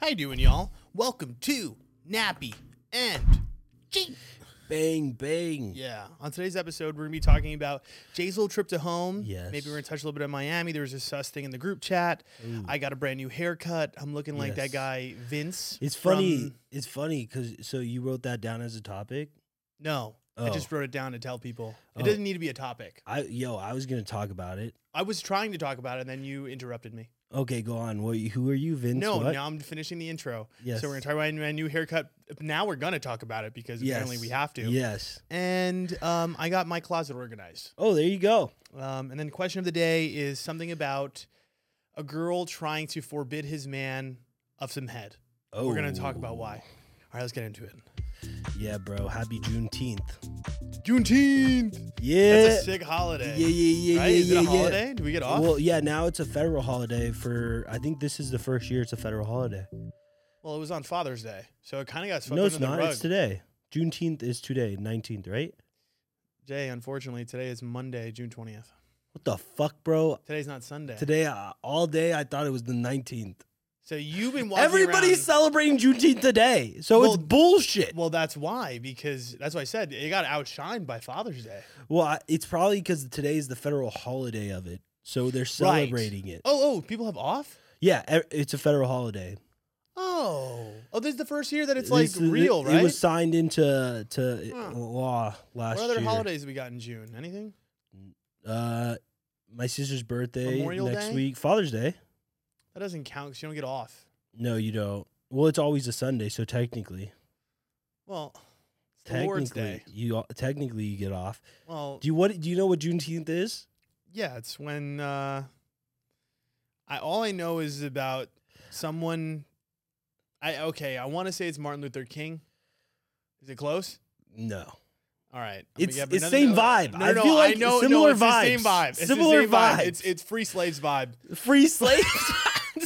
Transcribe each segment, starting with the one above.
How you doing, y'all? Welcome to Nappy and G. Bang bang. Yeah. On today's episode, we're gonna be talking about Jay's little trip to home. Yes. Maybe we're gonna touch a little bit on Miami. There was a sus thing in the group chat. I got a brand new haircut. I'm looking like that Yes. guy Vince. It's from- funny. It's funny because so you wrote that down as a topic. No, I Oh. just wrote it down to tell people. It Oh. doesn't need to be a topic. I yo, I was gonna talk about it. I was trying to talk about it, and then you interrupted me. Okay, go on. What? Who are you, Vince? no, what? now I'm finishing the intro. Yes. So we're gonna talk about my new haircut. Now we're gonna talk about it because apparently we Yes. have to. Yes. And um, I got my closet organized. Oh, there you go. Um, and then the question of the day is something about a girl trying to forbid his man of some head. Oh, We're gonna talk about why. All right, let's get into it. Yeah, bro. Happy Juneteenth. Juneteenth. Yeah. That's a sick holiday. yeah, yeah, yeah, right? yeah, is it yeah, a yeah. holiday? Do we get off? Well, Well, yeah. Now it's a federal holiday for. I think this is the first year it's a federal holiday. it was on Father's Day, so it kind of got swept no, under it's the not. rug. It's today. Juneteenth is today, nineteenth, right? Jay, unfortunately, today is Monday, June twentieth. What the fuck, bro? Today's not Sunday. Today, uh, all day, I thought it was the nineteenth. So you've been walking Everybody's around. celebrating Juneteenth today, so Well- it's bullshit. Well, that's why because that's why I said it got outshined by Father's Day. Well, I, it's probably because today is the federal holiday of it, so they're Right. celebrating it. Oh, oh, people have off. Yeah, e- it's a federal holiday. Oh, oh, this is the first year that it's like This- real, it, right? It was signed into to Huh. law last what other year. holidays have we got in June? Anything? Uh, my sister's birthday Memorial next Day? week. Father's Day. That doesn't count because you don't get off. No, you don't. Well, it's always a Sunday, so technically, Well, it's the technically, Lord's Day. you al- technically you get off. Well, Do you what? Do you know what Juneteenth is? yeah, it's when uh, I all I know is about someone. I okay, I want to say it's Martin Luther King. Is it close? No. All right, I'm gonna It's give it's another- same no, vibe. No, I no, feel like I know, similar no, it's the vibes. same vibe. It's the similar same vibes. It's it's free slaves vibe. Free slaves.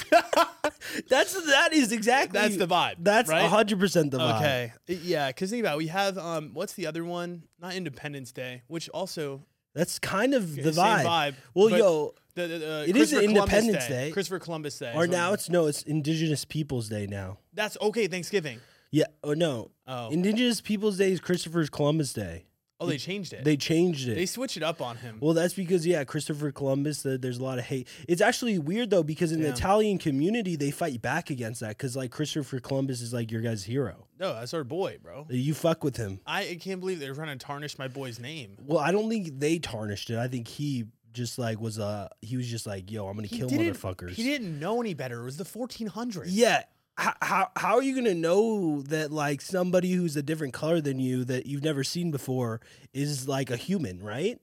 That's that is exactly That's the vibe. that's right? hundred percent the vibe. Okay. I- Yeah, because think about it. we have um what's the other one? Not Independence Day, which also That's kind of the same vibe. vibe. Well, but yo, the, the, the it is Christopher Columbus Independence Day. Christopher Columbus Day. is or what now I'm- it's no, it's Indigenous Peoples Day now. that's okay. Thanksgiving. Yeah, or no, Oh, Indigenous Peoples Day is Christopher Columbus Day. oh, they changed it. They, They changed it. switched it up on him. well, that's because yeah, Christopher Columbus. The, there's a lot of hate. It's actually weird though because in Yeah. the Italian community they fight back against that because like Christopher Columbus is like your guy's hero. no, that's our boy, bro. You fuck with him. I, I can't believe they're trying to tarnish my boy's name. Well, I don't think they tarnished it. I think he just like was uh he was just like, yo, I'm gonna kill didn't- motherfuckers. He didn't know any better. It was the 1400s. Yeah. How, how how are you gonna know that like somebody who's a different color than you that you've never seen before is like a human, right?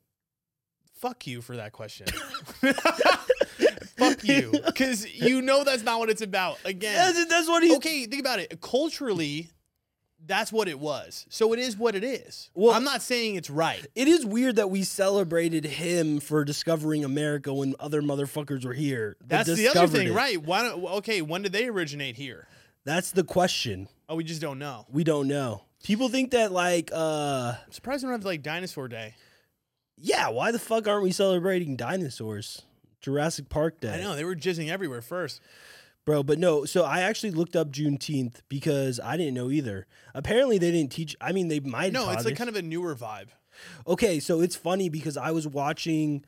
Fuck you for that question. Fuck you, because you know that's not what it's about. Again, That's, that's what he. okay, think about it. Culturally, that's what it was. So it is what it is. Well- I'm not saying it's right. It is weird that we celebrated him for discovering America when other motherfuckers were here. that That's the other discovered thing, it. right? Why don't, okay, when did they originate here? That's the question. Oh, we just don't know. We don't know. People think that like, uh, I'm surprised we don't have like dinosaur day. yeah, why the fuck aren't we celebrating dinosaurs? Jurassic Park Day. I know they were jizzing everywhere first. Bro, but no, so I actually looked up Juneteenth because I didn't know either. Apparently they didn't teach I mean they might No, it's like kind of a newer vibe. Okay, so it's funny because I was watching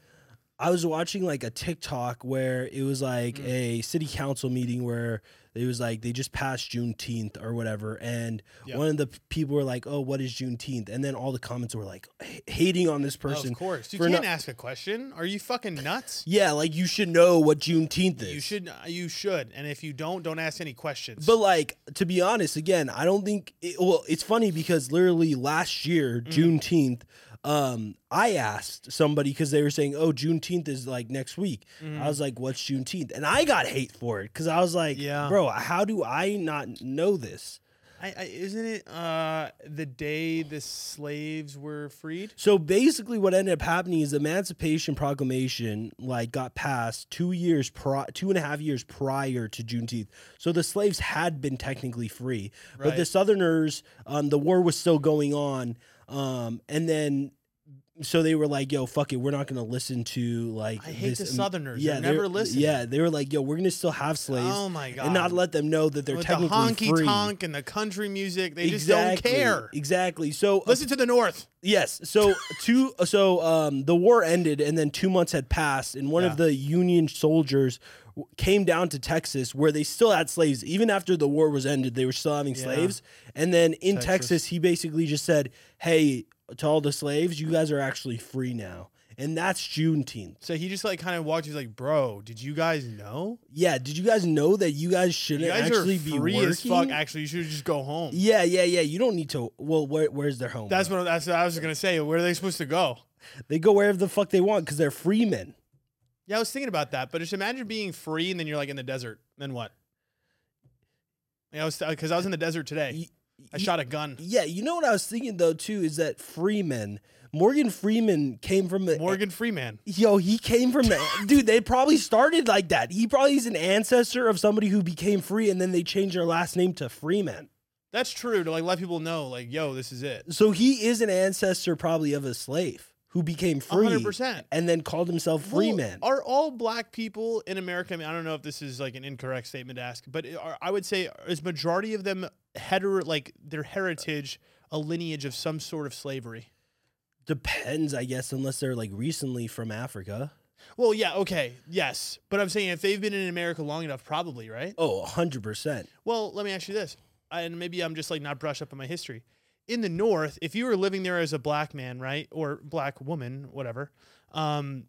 I was watching like a TikTok where it was like Mm. a city council meeting where it was like they just passed Juneteenth or whatever, and Yeah. one of the p- people were like, "Oh, what is Juneteenth?" And then all the comments were like h- hating on this person. of course, you for can't not- ask a question. Are you fucking nuts? Yeah, like you should know what Juneteenth is. You should. uh, You should. And if you don't, don't ask any questions. But like to be honest, again, I don't think. It, well, it's funny because literally last year, Juneteenth, um, I asked somebody because they were saying, "Oh, Juneteenth is like next week." I was like, "What's Juneteenth?" And I got hate for it because I was like, Yeah. bro, how do I not know this?" I, I, isn't it uh, the day the slaves were freed? So basically, what ended up happening is the Emancipation Proclamation like got passed two years pri- two and a half years prior to Juneteenth. So the slaves had been technically free, but the Right. Southerners, um, the war was still going on, um, and then so they were like, "Yo, fuck it, we're not gonna listen to like." I hate the this- Southerners. Yeah, Yeah, they never were- listen. Yeah, they were like, "Yo, we're gonna still have slaves Oh my god. and not let them know that they're With the technically honky free." tonk and the country music, they just Exactly, don't care. Exactly. So uh, Listen to the North. Yes. So two. So um, the war ended, and then two months had passed, and one Yeah. of the Union soldiers w- came down to Texas, where they still had slaves, even after the war was ended. They were still having Yeah. slaves, and then in Texas. Texas. he basically just said, "Hey, to all the slaves, you guys are actually free now." And that's Juneteenth. So he just like kind of walked. He's like, "Bro, did you guys know? Yeah. Did you guys know that you guys shouldn't You guys actually are be free working? as fuck. Actually, you should just go home." yeah, yeah, yeah. You don't need to. Well, where, where's their home? That's what that's what I was gonna say. Where are they supposed to go? they go wherever the fuck they want because they're free men. Yeah, I was thinking about that, but just imagine being free and then you're like in the desert. Then what? Yeah, I was because I was in the desert today. Y- I y- shot a gun. Yeah, you know what I was thinking though too is that Freeman, Morgan Freeman came from the Morgan Freeman. Yo, he came from the dude. They probably started like that. He probably is an ancestor of somebody who became free, and then they changed their last name to Freeman. That's true to like let people know, like, yo, this is it. So he is an ancestor probably of a slave who became free, 100%. and then called himself Well, Freeman. Are all black people in America? I mean, I don't know if this is like an incorrect statement to ask, but are, I would say is majority of them hetero like their heritage a lineage of some sort of slavery. Depends, I guess, unless they're like recently from Africa. Well, yeah, okay, yes, but I'm saying if they've been in America long enough, probably right. Oh, hundred percent. Well, let me ask you this, and maybe I'm just like not brushed up on my history. In the North, if you were living there as a black man, right, or black woman, whatever, um,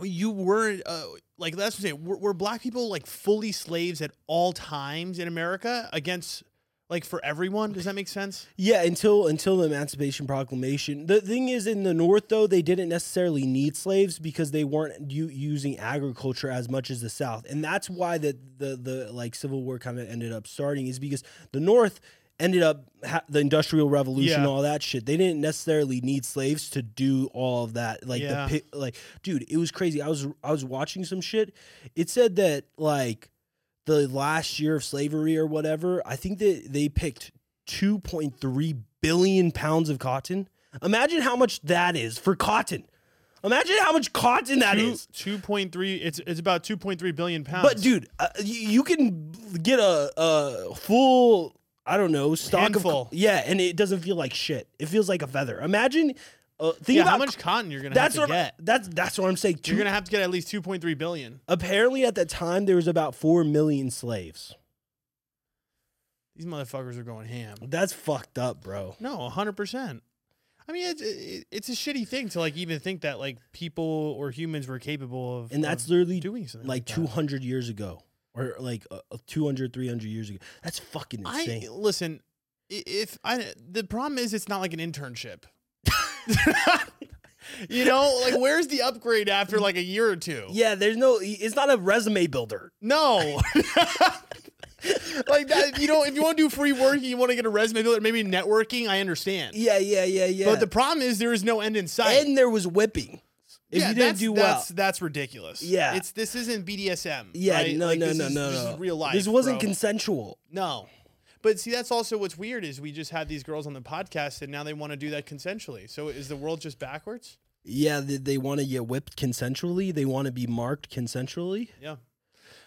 you were uh, like that's what I'm saying. Were, were black people like fully slaves at all times in America against like for everyone? Does that make sense? Yeah, until until the Emancipation Proclamation. The thing is, in the North, though, they didn't necessarily need slaves because they weren't u- using agriculture as much as the South, and that's why the the the like Civil War kind of ended up starting is because the North ended up ha- the Industrial Revolution, Yeah. all that shit. They didn't necessarily need slaves to do all of that. Like Yeah. the pi- like, dude, it was crazy. I was I was watching some shit. It said that like the last year of slavery or whatever, I think that they picked 2.3 billion pounds of cotton. Imagine how much that is for cotton. Imagine how much cotton that Two is. two point three. It's it's about two point three billion pounds. But dude, uh, y- you can get a, a full I don't know stock Handful. of co- yeah, and it doesn't feel like shit. It feels like a feather. Imagine uh, think yeah, about how much cotton you're gonna that's have to what get? that's that's what I'm saying. You're Two- gonna have to get at least two point three billion. apparently at the time there was about four million slaves. These motherfuckers are going ham. That's fucked up, bro. No, hundred percent. I mean, it's it, it's a shitty thing to like even think that like people or humans were capable of, And that's of literally doing something like like, 200 years ago or like uh, uh, 200 300 years ago that's fucking that. I insane listen. i- If I the problem is it's not like an internship. you know, like where's the upgrade after like a year or two? yeah there's no it's not a resume builder No. like that, you know, if you want to do free work, you want to get a resume builder, maybe networking. I understand, yeah yeah yeah yeah but the problem is there is no end in sight. and there was whipping if yeah, you didn't that's, do well that's, that's ridiculous. Yeah. it's this isn't BDSM. yeah right? no Like, no this no is- no This no is real life. this wasn't bro. consensual no, but see, that's also what's weird is we just had these girls on the podcast and now they want to do that consensually. So is the world just backwards? yeah they, they want to get whipped consensually they want to be marked consensually Yeah.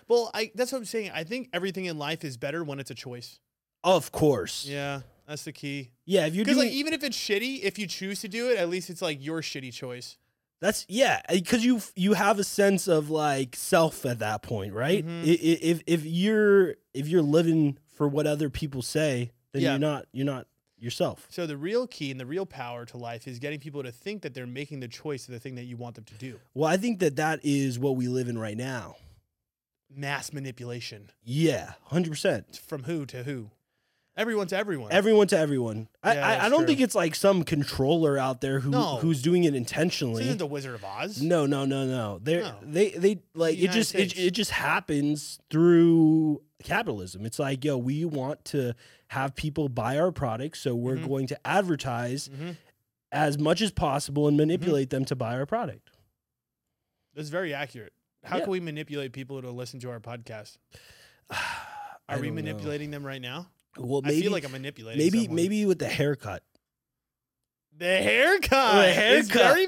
Well, I that's what I'm saying. I think everything in life is better when it's a choice. of course yeah, Yeah, that's the key. if you're Because doing like even if it's shitty, if you choose to do it, at least it's like your shitty choice. That's yeah, because you you have a sense of like self at that point, right? Mhm. I- i- If if you're if you're living for what other people say, then Yeah. you're not you're not yourself. So the real key and the real power to life is getting people to think that they're making the choice of the thing that you want them to do. Well, I think that that is what we live in right now. Mass manipulation. Yeah, hundred percent. from who to who. Everyone to everyone. Everyone to everyone. Yeah, I, I, that's I don't true. think it's like some controller out there who No. who's doing it this intentionally. isn't the Wizard of Oz. No, no, no, no. They No. they they like The it just United it, States. it just happens through capitalism. It's like, yo, we want to have people buy our products, so we're Mhm. going to advertise Mhm. as much as possible Mm-hmm. and manipulate them to buy our product. That's very accurate. How Yeah. can we manipulate people to listen to our podcast? I Are we don't know. manipulating them right now? Well, maybe I feel like I'm manipulating. maybe someone. maybe with the haircut. The haircut. The It's haircut. very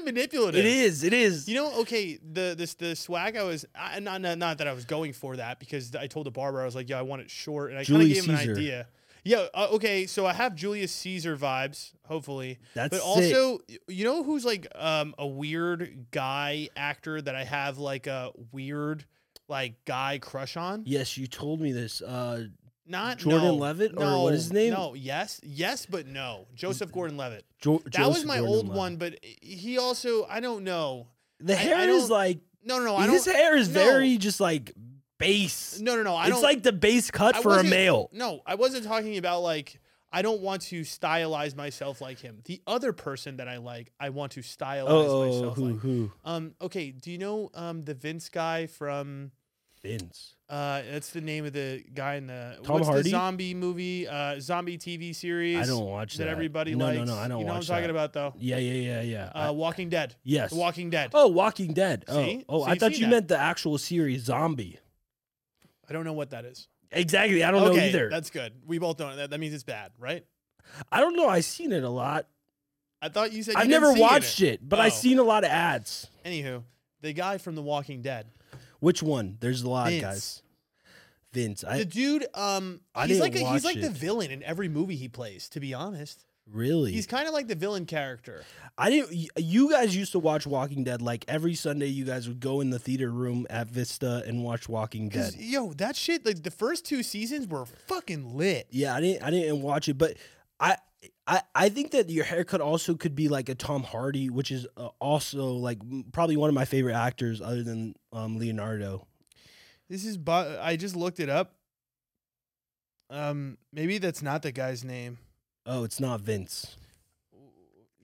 It manipulative. is. It is. You know, okay, the this the swag I was I, not, not not that I was going for that because I told the barber I was like, yo, I want it short, and I kind of Julius gave him Caesar. an idea. Yeah, uh, okay, so I have Julius Caesar vibes, hopefully, That's but sick. also you know who's like um a weird guy actor that I have like a weird like guy crush on. Yes, you told me this. Uh, Not Jordan no, Levitt or no, what is his name? Mm, No, yes, yes, but no, Joseph Gordon-Levitt. jo- That was my old one, but he also I don't know. The I- I hair is don't- like No, no, no. I his don't. hair is no. very just like base. No, no, no. I it's don't. like the base cut I for a wasn't- male. No, I wasn't talking about like I don't want to stylize myself like him. The other person that I like, I want to stylize Oh, myself who like. who Um, okay, do you know um the Vince guy from Vince? uh that's the name of the guy in the Tom what's Hardy? the zombie movie, uh zombie TV series I don't watch that that. everybody no, likes. No, no, I don't You know watch what I'm talking that. about though. Yeah, yeah, yeah, yeah. I- Uh Walking Dead. yes. The Walking Dead. oh, Walking Dead. Oh, See? oh, So I you've thought seen you that. meant the actual series Zombie. I don't know what that is. Exactly. I don't okay, know either. That's good. We both don't that, that means it's bad, right? I don't know. I've seen it a lot. I thought you said you I've didn't never see it in watched it, but Oh. I've seen a lot of ads. Anywho, the guy from The Walking Dead. Which one? There's a lot, Vince. guys. Vince. I the dude, um, I he's didn't like a, watch he's like the it. villain in every movie he plays. To be honest, really. he's kind of like the villain character. I didn't. y- You guys used to watch Walking Dead like every Sunday. You guys would go in the theater room at Vista and watch Walking 'Cause, Dead. yo, that shit, like the first two seasons were fucking lit. Yeah, I didn't. I didn't watch it, but I. I, I think that your haircut also could be like a Tom Hardy, which is uh, also like m- probably one of my favorite actors other than um, Leonardo. This is, Bo- I just looked it up. Um, maybe that's not the guy's name. Oh, it's not Vince.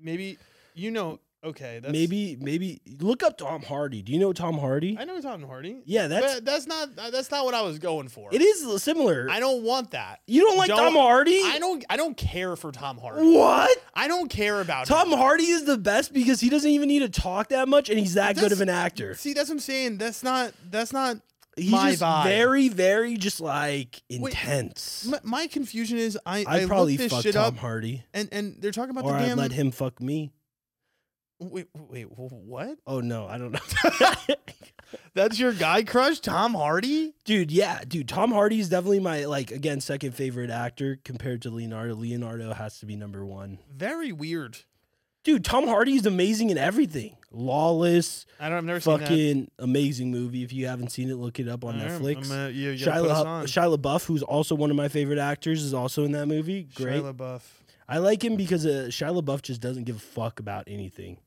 Maybe you know. Okay, that's, maybe maybe look up Tom Hardy. Do you know Tom Hardy? I know Tom Hardy. yeah, that's but that's not uh, that's not what I was going for. it is similar. I don't want that. you don't like don't- Tom Hardy? I don't. I don't care for Tom Hardy. What? I don't care about him. Tom Hardy is the best because he doesn't even need to talk that much, and he's that good That's- of an actor. See, that's what I'm saying. That's not. That's not. He's my just vibe. very, very just like intense. My, my confusion is I. I I'd probably probably looked this fuck shit Tom up, Hardy, and and they're talking about or the I'd damn. let him fuck me. Wait, wait, wh- what? Oh no, I don't know, That's your guy crush, Tom Hardy. dude. Yeah, dude. Tom Hardy is definitely my like again second favorite actor compared to Leonardo. Leonardo has to be number one. Very weird. Dude, Tom Hardy is amazing in everything. Lawless, I don't. I've never seen fucking amazing movie. If you haven't seen it, look it up that. on All right, Netflix. I'm gonna- you, you gotta put us Shia, on. Shia LaBeouf, who's also one of my favorite actors, is also in that movie. Great. Shia LaBeouf. I like him because uh, Shia LaBeouf just doesn't give a fuck about anything.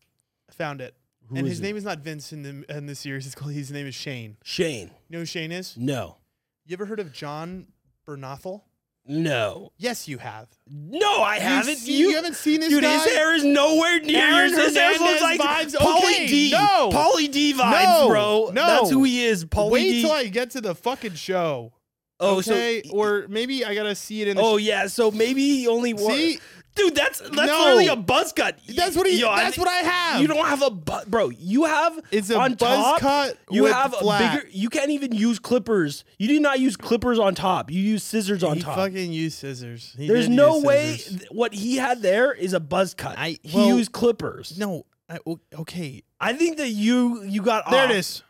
Found it. Who and is his it? name is not Vince in the in the series. It's called. His name is Shane. Shane. You know who Shane is? No. You ever heard of John Bernothal? No. Yes, you have. No, I haven't. see- you, you haven't seen this Dude, guy? his hair is nowhere near Aaron yours. His hair Hernandez looks like vibes? Pauly Okay, D. no. Pauly D vibes, No, bro. no. That's who he is. Pauly Wait D. till I get to the fucking show. oh, okay? so. or maybe I gotta see it in the Oh yeah, so maybe he only wore. See? dude, that's that's No. literally a buzz cut. That's what he. Yo, I that's thi- what I have. You don't have a bu- bro. You have It's a on buzz top, cut You with have flat. a bigger. You can't even use clippers. You did not use clippers on top. You use scissors on he top. fucking used scissors. He There's did no use way scissors. th- what he had there is a buzz cut. I- he well- used clippers. No. I, o- okay. I think that you you got There off. it is.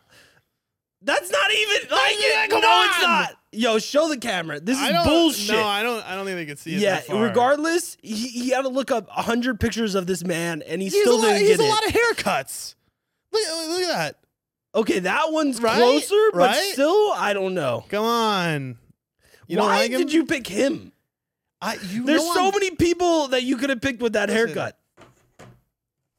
That's not even like even- come no, on! it's not. Yo, show the camera. This I is don't, bullshit. No, I don't. I don't think they could see it. yeah. that far. Regardless, he, he had to look up hundred pictures of this man, and he he's a still lot, didn't he's get a it. lot of haircuts. Look, look at that. okay, that one's Right? closer, but Right? still, I don't know. Come on. You don't Why like him? did you pick him? I, you There's know so I'm, many people that you could have picked with that Listen. haircut,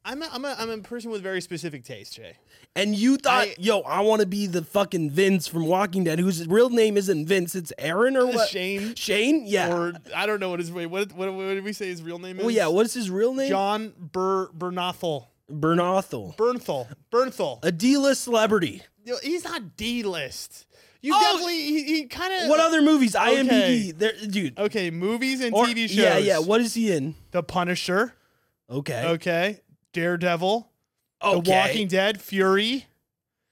I'm a, I'm a, I'm a person with very specific taste, Jay. and you thought, I- "Yo, I want to be the fucking Vince from Walking Dead, whose real name isn't Vince, it's Aaron or what? Shane. Shane? Yeah. Or I don't know what his wait. What, what what did we say his real name is? well, yeah. What's his real name? John Ber Bernothal. Bernothal, Bernthal. Bernthal. a D-list celebrity. Yo, he's not D list. You Oh, definitely he, he kind of What other movies? Okay. IMDb, there, dude. Okay, movies and Or- TV shows. Yeah, yeah. What is he in? The Punisher. Okay. Oh, Okay, Daredevil. The Okay. Walking Dead. Fury.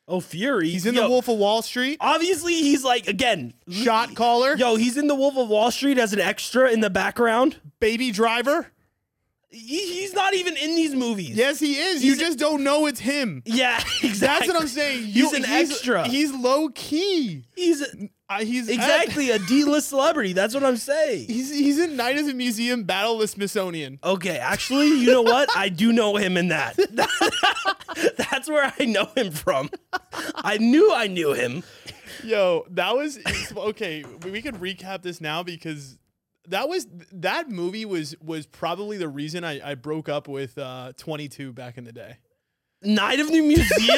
Oh, Fury. He's in Yo, The Wolf of Wall Street. Obviously, he's like again. Shot Caller. Yo, he's in The Wolf of Wall Street as an extra in the background. Baby Driver. He, he's not even in these movies. Yes, he is. He's- you just don't know it's him. Yeah, exactly. That's what I'm saying. You, He's an extra. He's low key. He's a- Uh, he's at- exactly a D-list celebrity. That's what I'm saying. he's he's in Night at the Museum, Battle of the Smithsonian. Okay, actually, you know what? I do know him in that. That's where I know him from. I knew I knew him. Yo, that was okay. we- We could recap this now because that was that movie was was probably the reason I, I broke up with uh 22 back in the day. Night of the Museum?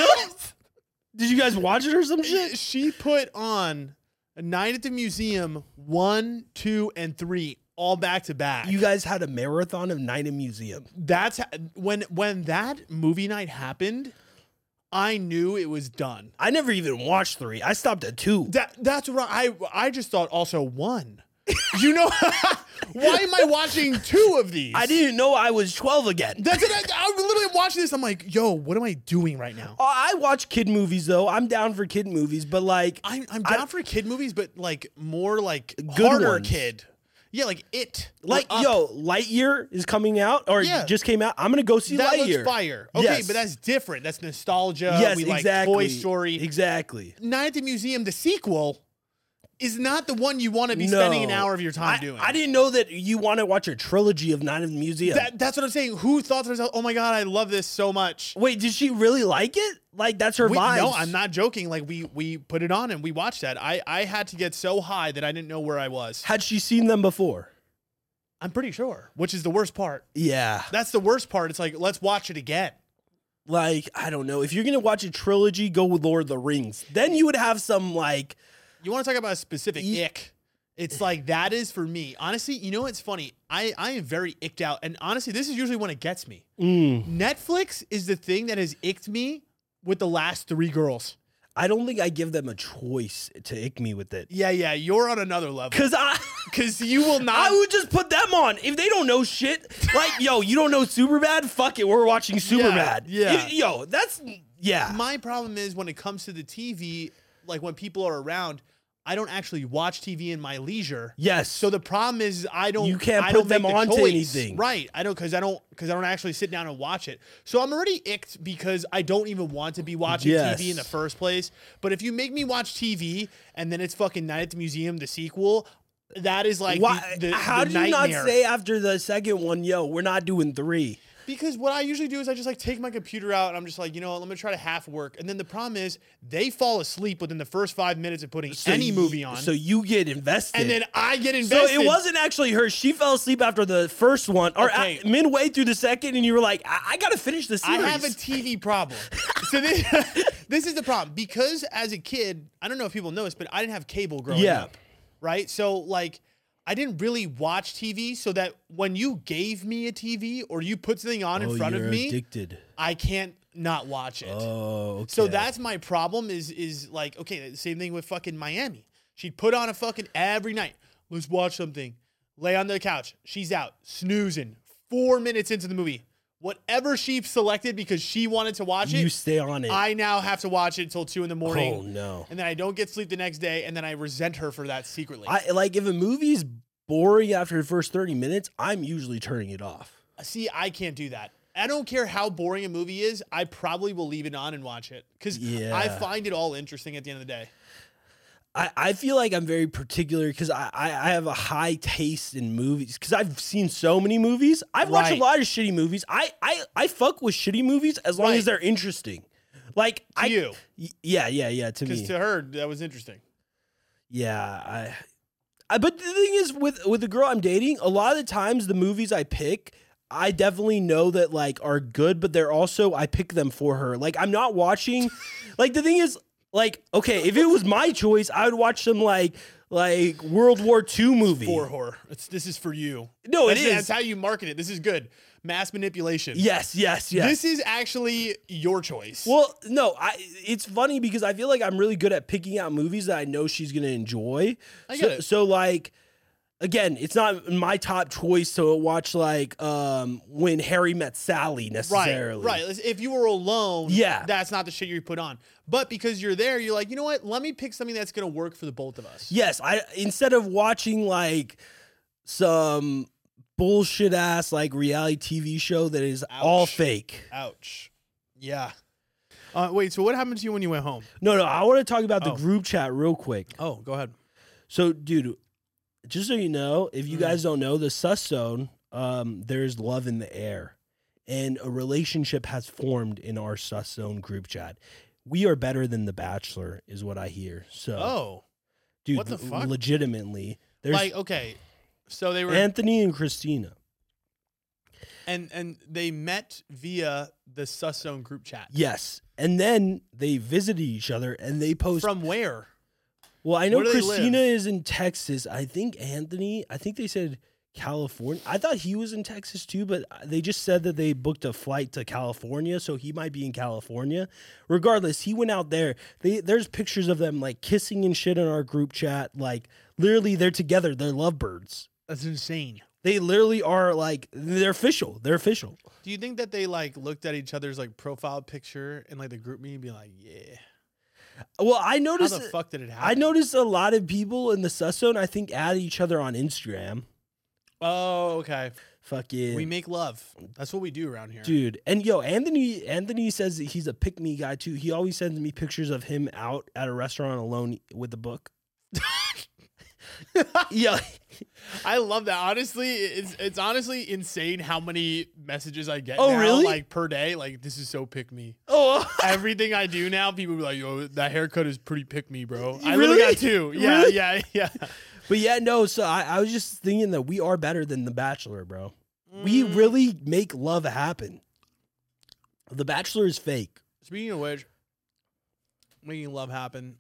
Did you guys watch it or some She, shit? she put on a night at the museum one, two, and three all back to back. You guys had a marathon of Night of Museum. That's ha- when when that movie night happened. I knew it was done. I never even watched three. I stopped at two. That that's right. I I just thought also one. You know why am I watching two of these? I didn't know I was 12 again. That's it. I, I'm literally watching this. I'm like, yo, what am I doing right now? Oh, I watch kid movies though. I'm down for kid movies, but like I'm, I'm I- down for kid movies, but like more like Good harder ones. kid. Yeah, like it. or like Up. yo, Lightyear is coming out or Yeah. just came out. I'm gonna go see that Lightyear. looks fire. Okay, Yes. but that's different. That's nostalgia. yes, we exactly. like Toy Story. Exactly. Night at the Museum, the sequel, is not the one you want to be No. spending an hour of your time I, doing. I didn't know that you want to watch a trilogy of Night of the Museum. That, that's what I'm saying. Who thought to herself, "Oh my god, I love this so much"? Wait, did she really like it? Like that's her We- vibe. no, I'm not joking. Like we we put it on and we watched that. I I had to get so high that I didn't know where I was. Had she seen them before? I'm pretty sure, which is the worst part. Yeah. That's the worst part. It's like let's watch it again. Like I don't know. If you're gonna watch a trilogy, go with Lord of the Rings. Then you would have some like You want to talk about a specific Ye- ick? It's like that is for me. Honestly, you know what's funny? I I am very icked out, and honestly, this is usually when it gets me. mm, Netflix is the thing that has icked me with the last three girls. I don't think I give them a choice to ick me with it. Yeah, yeah, you're on another level Cause I because you will not. I would just put them on. If they don't know shit, like yo, you don't know Superbad? Fuck it, we're watching Superbad. yeah. Y- Yo, that's yeah. my problem is when it comes to the TV, like when people are around, I don't actually watch TV in my leisure. Yes. So the problem is I don't. You can't I don't put make them the onto choice. anything. right? I don't because I don't because I don't actually sit down and watch it. So I'm already icked because I don't even want to be watching TV in the Yes. first place. But if you make me watch TV and then it's fucking Night at the Museum, the sequel, that is like Why? the, the, how the do you nightmare. not say after the second one, yo, we're not doing three? Because what I usually do is I just like take my computer out and I'm just like, you know what, let me try to half work. And then the problem is they fall asleep within the first five minutes of putting So any y- movie on. So you get invested. and then I get so invested. it wasn't actually her. She fell asleep after the first one, or Okay. at- midway through the second, and you were like, "I, I gotta finish the I series." have a TV problem. so this, this is the problem. Because as a kid, I don't know if people know this, but I didn't have cable growing Yeah. up. Right? So like I didn't really watch TV so that when you gave me a TV or you put something on in front of me, Oh, addicted. I can't not watch it. Oh, So that's my problem is is like okay, the same thing with fucking Miami. She'd put on a fucking every night. Let's watch something. Lay on the couch. She's out snoozing 4 minutes into the movie. Whatever she selected because she wanted to watch you it, stay on it. I now have to watch it until 2 in the morning. oh no. And then I don't get sleep the next day and then I resent her for that secretly. I like if a movie's boring after the first 30 minutes, I'm usually turning it off. See, I can't do that. I don't care how boring a movie is, I probably will leave it on and watch it cuz I Yeah. find it all interesting at the end of the day. I, I feel like I'm very particular because I, I, I have a high taste in movies because I've seen so many movies. I've watched Right. a lot of shitty movies. I, I, I fuck with shitty movies as long Right. as they're interesting. Like I, you. y- yeah, yeah, yeah. To Cuz me, to her that was interesting. yeah. I, I, but the thing is, with with the girl I'm dating, a lot of the times the movies I pick, I definitely know that like are good, but they're also I pick them for her. Like I'm not watching. like the thing is, like okay, if it was my choice, I would watch some like like World War II movie. for horror. It's this is for you. No, Oh, it that's, is. That's how you market it. This is good. Mass manipulation. Yes, yes, yes. This is actually your choice. well, no, I. It's funny because I feel like I'm really good at picking out movies that I know she's gonna enjoy. I so, get it. so like again, it's not my top choice to watch like um when Harry met Sally right, necessarily. right. Listen, If you were alone, Yeah. that's not the shit you put on. But because you're there, you're like, you know what? Let me pick something that's gonna work for the both of us. Yes, I instead of watching like some bullshit ass like reality TV show that is all Ouch. fake. Ouch. Yeah. Uh, wait. So what happened to you when you went home? No, no, I want to talk about Oh. the group chat real quick. Oh, go ahead. So, dude, just so you know, if you Mm. guys don't know, the sus zone, um, there's love in the air, and a relationship has formed in our sus zone group chat. We are better than the Bachelor, is what I hear. So, Oh, dude, what the fuck? legitimately, Uh, there's like okay. So they were Anthony and Christina. and and they met via the Suszone group chat. Yes, and then they visited each other, and they post. From where? well, I know where do they live? Christina is in Texas. I think Anthony. I think they said. California. I thought he was in Texas too, but uh, they just said that they booked a flight to California, so he might be in California. Regardless, he went out there. They, there's pictures of them like kissing and shit in our group chat. Like literally, they're together. They're lovebirds. That's insane. They literally are like they're official. They're official. Do you think that they like looked at each other's like profile picture and like the group me and be like, yeah? Well, I How noticed. the fuck did it happen? I noticed a lot of people in the sus zone. I think add each other on Instagram. Oh, okay. Fucking We make love. That's what we do around here. dude and yo anthony anthony says that he's a pick me guy too he always sends me pictures of him out at a restaurant alone with a book yeah I love that. Honestly, it's it's honestly insane how many messages I get. Oh, now, really? Like per day. Like this is so pick me. uh. oh Everything I do now, people be like, "Yo, that haircut is pretty pick me, bro." I Really? really got two. Yeah, Really? yeah, yeah. but yeah no so I, I was just thinking that we are better than the bachelor bro we Mm. really make love happen the bachelor is fake Speaking of which, making love happen.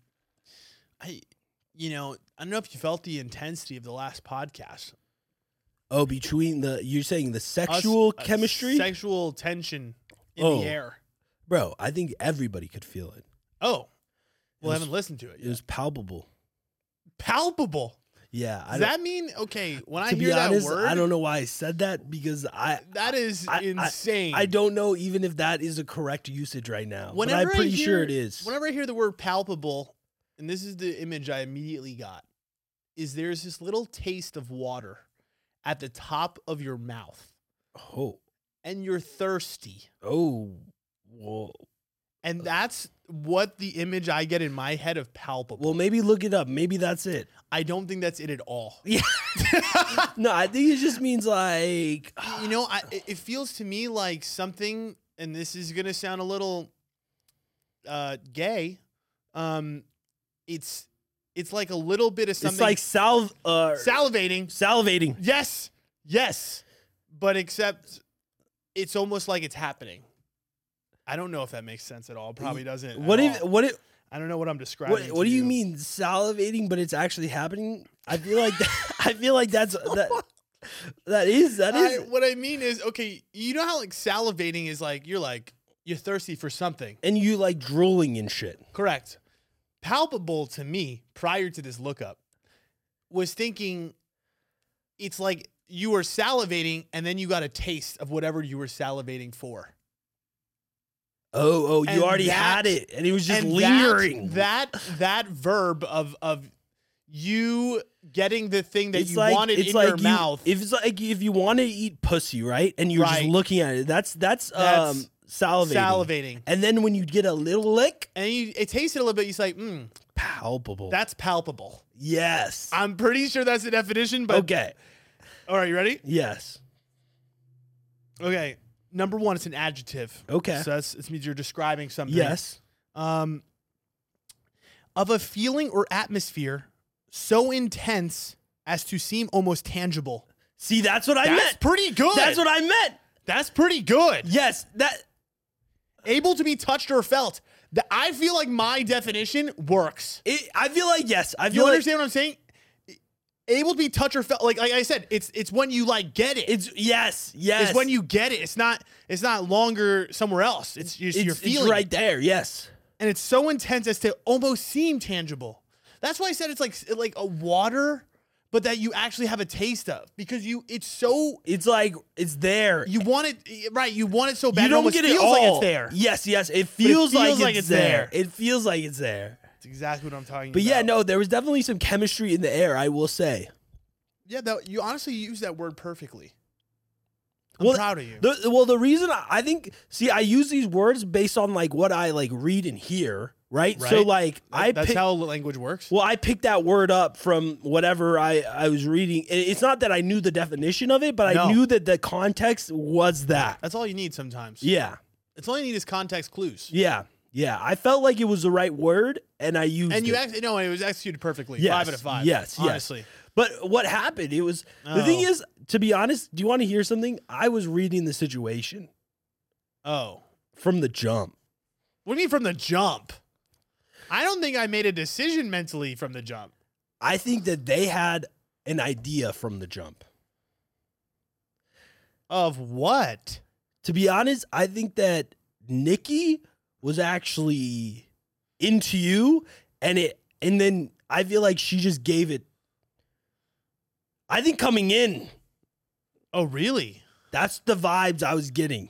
I, you know, I don't know if you felt the intensity of the last podcast. oh between the you're saying the Us- sexual uh, chemistry sexual tension in Oh. the air. bro i think everybody could feel it Oh, well, I was- haven't listened to it. it Yet. was palpable palpable. yeah I Does don't- that mean okay? When I to hear be honest that word, i don't know why i said that because i That is I- I- insane. I don't know even if that is a correct usage right now. but Whenever I'm I pretty sure hear- it is. Whenever I hear the word palpable, and this is the image I immediately got, is there's this little taste of water at the top of your mouth, oh, and you're thirsty, oh, well, and that's what the image I get in my head of palpable. well, maybe look it up. Maybe that's it. I don't think that's it at all. Yeah. No, I think it just means like you know, I, it- it feels to me like something, and this is gonna sound a little uh, gay. Um, it's it's like a little bit of something. it's like sal uh, salivating. salivating. Yes, yes, but except it's almost like it's happening. I don't know if that makes sense at all. Probably doesn't. What if what if I don't know what I'm describing. what, to what do you mean salivating? But it's actually happening. I feel like that, I feel like that's that that is that I, is what I mean is, okay, you know how like salivating is like you're like you're thirsty for something. and you like drooling and shit. Correct. Palpable to me prior to this lookup was thinking it's like you were salivating and then you got a taste of whatever you were salivating for. Oh, oh, you And already that- had it, and it was just and leering. That, that that verb of of you getting the thing that you wanted in your you- mouth. If it's like if you want to eat pussy, right? And you're just Right. looking at it. That's that's, That's um salivating. salivating. And then when you get a little lick, And you, it tasted a little bit. You say, mm, palpable. that's palpable. yes. I'm pretty sure that's the definition, but. okay. All right, you ready? Yes. Okay. Number one, it's an adjective. Okay. So that's, it means you're describing something. yes. um, of a feeling or atmosphere so intense as to seem almost tangible. See, that's what I That's meant. pretty good. That's what I meant. That's pretty good. Yes. That Able to be touched or felt. Th- I feel like my definition works. it, I feel like yes. I You feel like understand what I'm saying? Able to be touched or felt. Like like I said, it's it's when you like get it. it's yes. Yes. It's when you get it. It's not it's not longer somewhere else. It's just it's, you're it's feeling it. right there. Yes. and it's so intense as to almost seem tangible. That's why I said it's like like a water, but that you actually have a taste of because you it's so It's like it's there. you want it right. You want it so bad. you it don't almost get it feels all. like it's there. Yes, yes. It feels, feels like it's there. It feels like it's there. That's exactly what I'm talking But about. yeah, no, there was definitely some chemistry in the air, I will say. yeah. That, you honestly use that word perfectly. I'm Well, proud of you. The, well, the reason I, I think, see, I use these words based on like what I like read and hear, right? So Right. like I That's pick, how language works. well, I picked that word up from whatever I I was reading. And It's not that I knew the definition of it, but No. I knew that the context was that. That's all you need sometimes. Yeah, It's all you need is context clues. yeah, yeah. I felt like it was the right word, and I used And you it. actually no, it was executed perfectly. Yes, Five out of five. yes, yes. honestly. But what happened? It was the thing Oh. is, to be honest, do you want to hear something? I was reading the situation Oh, from the jump. what do you mean from the jump? I don't think I made a decision mentally from the jump. I think that they had an idea from the jump. Of what? To be honest, I think that Nikki was actually into you and it and then I feel like she just gave it I think coming in, Oh, really? that's the vibes I was getting.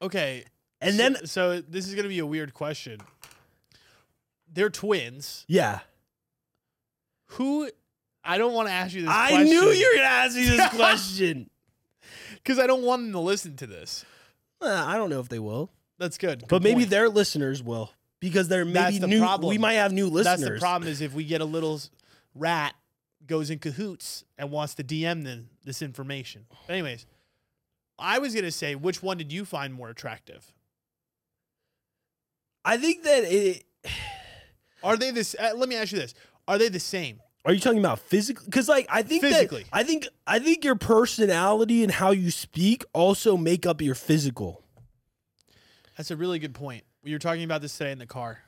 Okay. And so- then so this is gonna be a weird question. They're twins. yeah, Who? I don't want to ask you this. I knew you were question going to ask me this question. because I don't want them to listen to this. Uh, I don't know if they will. That's good. But Good maybe point. their listeners will because they're maybe That's the new problem. we might have new listeners. that's the problem. Is if we get a little s- rat goes in cahoots and wants to DM them this information. But anyways, I was gonna say, which one did you find more attractive? I think that it Are they this? Uh, let me ask you this: Are they the same? Are you talking about physically? Because like I think Physically. that I think I think your personality and how you speak also make up your physical. That's a really good point. We were talking about this today in the car.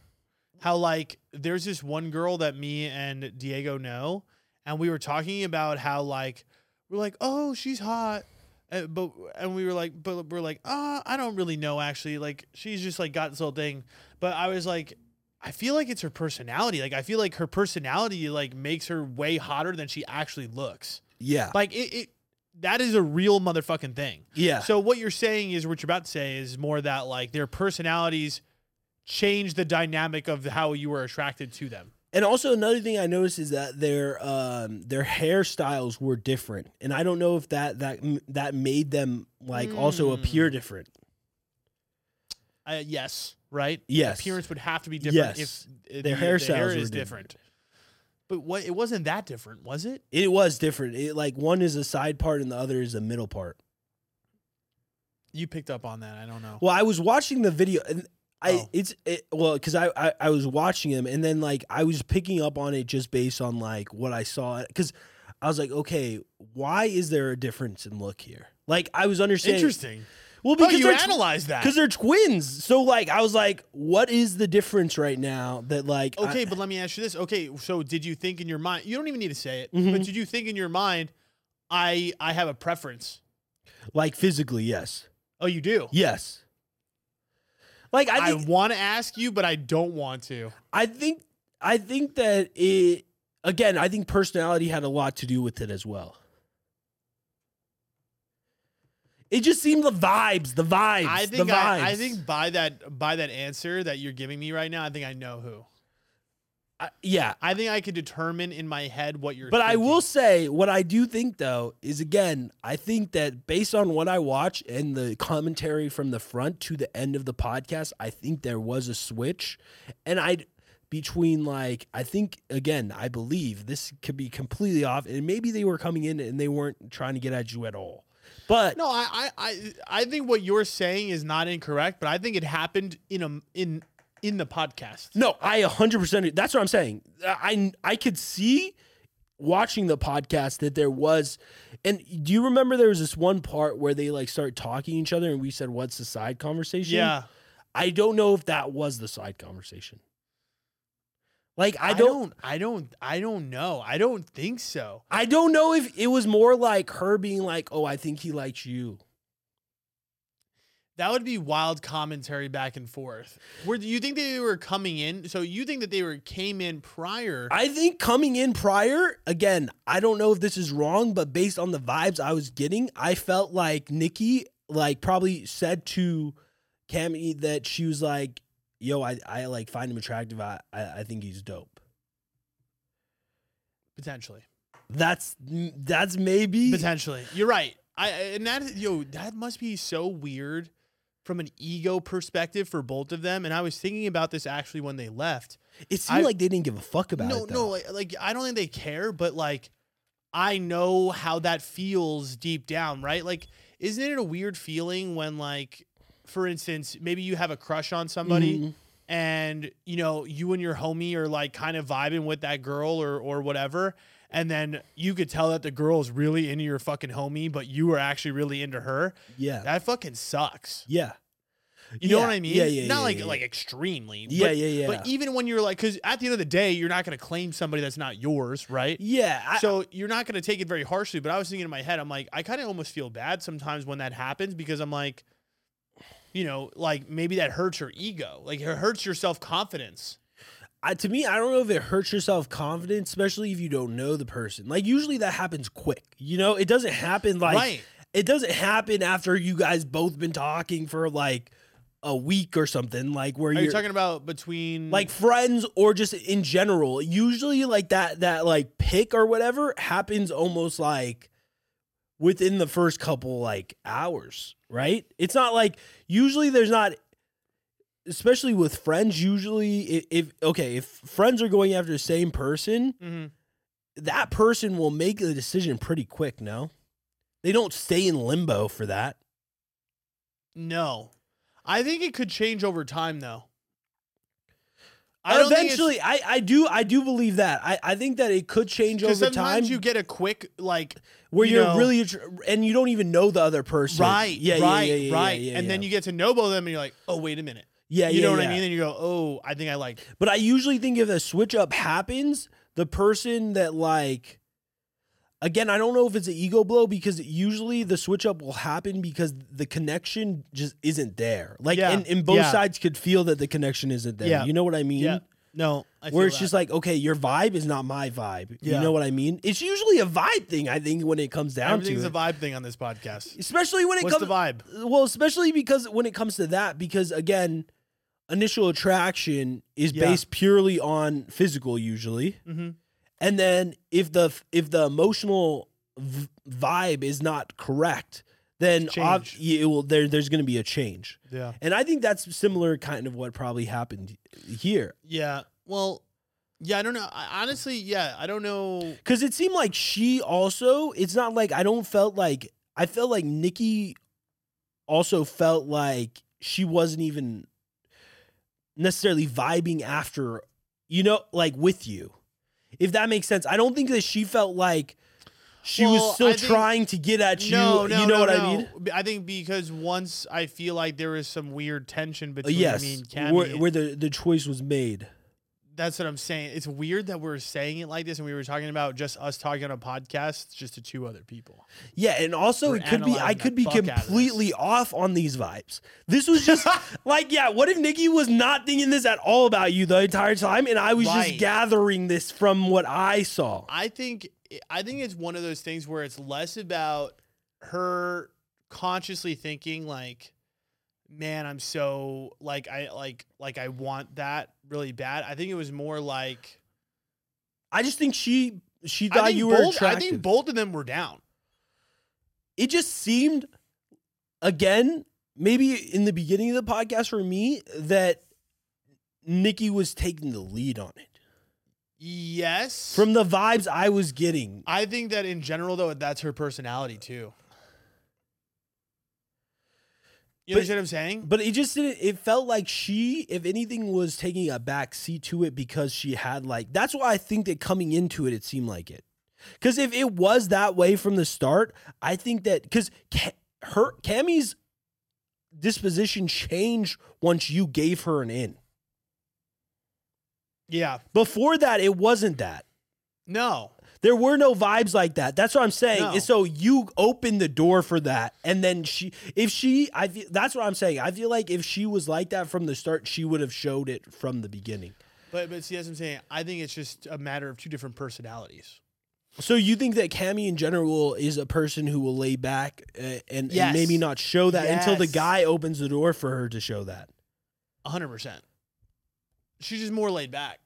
How like there's this one girl that me and Diego know, and we were talking about how like we're like, oh, she's hot, uh, but and we were like, but we're like, ah, I don't really know actually. Like she's just like got this whole thing, but I was like, I feel like it's her personality. Like I feel like her personality like makes her way hotter than she actually looks. Yeah. Like it, it that is a real motherfucking thing. Yeah. So what you're saying is what you're about to say is more that like their personalities change the dynamic of how you were attracted to them. And also another thing I noticed is that their um their hairstyles were different, and I don't know if that that that made them like also Mm. appear different. Uh, yes, right. Yes. Appearance would have to be different Yes. if uh, Their the- the hair hairstyles were is different. But what it wasn't that different, was it? It was different. It like one is a side part and the other is a middle part. You picked up on that. I don't know. Well, I was watching the video and I Oh. it's it, well because I, I I was watching him and then like I was picking up on it just based on like what I saw because I was like, okay, why is there a difference in look here? Like I was understanding. Interesting. Well, Oh, because you they're tw- analyzed that. 'cause they're twins, so like I was like, what is the difference right now that like I- Okay, but let me ask you this. Okay, so did you think in your mind? You don't even need to say it, Mhm. but did you think in your mind, I I have a preference? like physically, yes, Oh, you do. yes. Like I I, think want to ask you, but I don't want to. I think I think that it again, I think personality had a lot to do with it as well. It just seemed the vibes, the vibes, I the think vibes. I, I think by that by that answer that you're giving me right now, I think I know who. I- yeah. I think I could determine in my head what you're. But I thinking. will say what I do think though is again, I think that based on what I watch and the commentary from the front to the end of the podcast, I think there was a switch and I between like I think again, I believe this could be completely off and maybe they were coming in and they weren't trying to get at you at all. But No, I, I I I think what you're saying is not incorrect, but I think it happened in a in in the podcast. No, I 100%. That's what I'm saying. I I could see watching the podcast that there was and do you remember there was this one part where they like start talking to each other and we said what's the side conversation? Yeah, I don't know if that was the side conversation. Like I I don't don't I don't I don't know. I don't think so. I don't know if it was more like her being like, "Oh, I think he likes you." That would be wild commentary back and forth. Where do you think they were coming in? So you think that they were came in prior? I think coming in prior, again, I don't know if this is wrong, but based on the vibes I was getting, I felt like Nikki like probably said to Cammy that she was like, "Yo, I, I like find him attractive. I, I I think he's dope." potentially. That's that's maybe Potentially. You're right. I and that yo that must be so weird from an ego perspective for both of them. And I was thinking about this actually when they left. It seemed I- like they didn't give a fuck about no, it. no, though. like, like I don't think they care, but like I know how that feels deep down, right? Like, isn't it a weird feeling when like, for instance, maybe you have a crush on somebody Mhm. and you know you and your homie are like kind of vibing with that girl or or whatever and then you could tell that the girl is really into your fucking homie but you are actually really into her Yeah. that fucking sucks yeah. you know Yeah. what i mean Yeah, yeah, not yeah, like yeah, like extremely Yeah, but, yeah, yeah. but e even when you're like because at the end of the day you're not going to claim somebody that's not yours right yeah. I, so you're not going to take it very harshly but i was thinking in my head i'm like i kind of almost feel bad sometimes when that happens because i'm like you know like maybe that hurts your ego like it hurts your self-confidence I, to me, I don't know if it hurts your self confidence, especially if you don't know the person. Like usually that happens quick. You know, it doesn't happen like right it doesn't happen after you guys both been talking for like a week or something. Like where are you're you talking about between like friends or just in general. Usually like that that like pick or whatever happens almost like within the first couple like hours, right? It's not like usually there's not especially with friends usually i- if okay, if friends are going after the same person, Mhm. that person will make the decision pretty quick, no? They don't stay in limbo for that. no i think it could change over time though Eventually, I, I do I do believe that. I, I think that it could change because over sometimes time. you get a quick like where you you are know- really attr- and you don't even know the other person. right Yeah. yeah, right yeah, yeah, right Yeah, yeah, and then yeah. you get to know both of them and you're like oh wait a minute Yeah. you yeah, know what yeah. i mean and you go oh i think i like But I usually think if a switch up happens, the person that like. Again, I don't know if it's an ego blow because usually the switch up will happen because the connection just isn't there. Like, Yeah, and, and both yeah. sides could feel that the connection isn't there. Yeah. You know what I mean? yeah no I Where feel it's that. just like, okay, your vibe is not my vibe. Yeah. You know what I mean? It's usually a vibe thing, I think, when it comes down to everything's it. a vibe thing on this podcast Especially when it what's comes the vibe well, especially because when it comes to that, because again, initial attraction is Yeah. based purely on physical usually, Mhm. and then if the if the emotional v- vibe is not correct, then ob- Change. yeah, it will, there there's going to be a change, yeah and I think that's similar kind of what probably happened here, yeah well yeah i don't know I, honestly yeah i don't know because it seemed like she also. It's not like I don't felt like I felt like Nikki also felt like she wasn't even necessarily vibing after, you know, like with you. If that makes sense, I don't think that she felt like she Well, was still I think- trying to get at you. No, no, you know no, what no. I mean? B- I think because once I feel like there was some weird tension Uh, between yes, me and Cammy. where, where the the choice was made. that's what I'm saying. It's weird that we're saying it like this, and we were talking about just us talking on a podcast, just to two other people. Yeah, and also We're it could be I analyzing the could be fuck out of this. completely off on these vibes. This was just like yeah, what if Nikki was not thinking this at all about you the entire time and I was Right. just gathering this from what I saw. I think I think it's one of those things where it's less about her consciously thinking like, man, I'm so like I like like I want that really bad. I think it was more like I just think she she I thought think you were both, I attractive. think both of them were down. it just seemed again maybe in the beginning of the podcast for me that Nikki was taking the lead on it. Yes. From the vibes I was getting, I think that in general, though, that's her personality too. You But- understand what I'm saying? But it just didn't. It felt like she, if anything, was taking a back seat to it because she had like. That's why I think that coming into it, it seemed like it. Because if it was that way from the start, I think that because her Cammy's disposition changed once you gave her an in. yeah. Before that, it wasn't that. No. There were no vibes like that. That's what I'm saying. No. And So you opened the door for that, and then she, if she, I feel that's what I'm saying. I feel like if she was like that from the start, she would have showed it from the beginning. But but see, that's what I'm saying. I think it's just a matter of two different personalities. So you think that Cammy in general is a person who will lay back uh, and, and Yes. maybe not show that until the Yes. guy opens the door for her to show that. 100. percent She's just more laid back.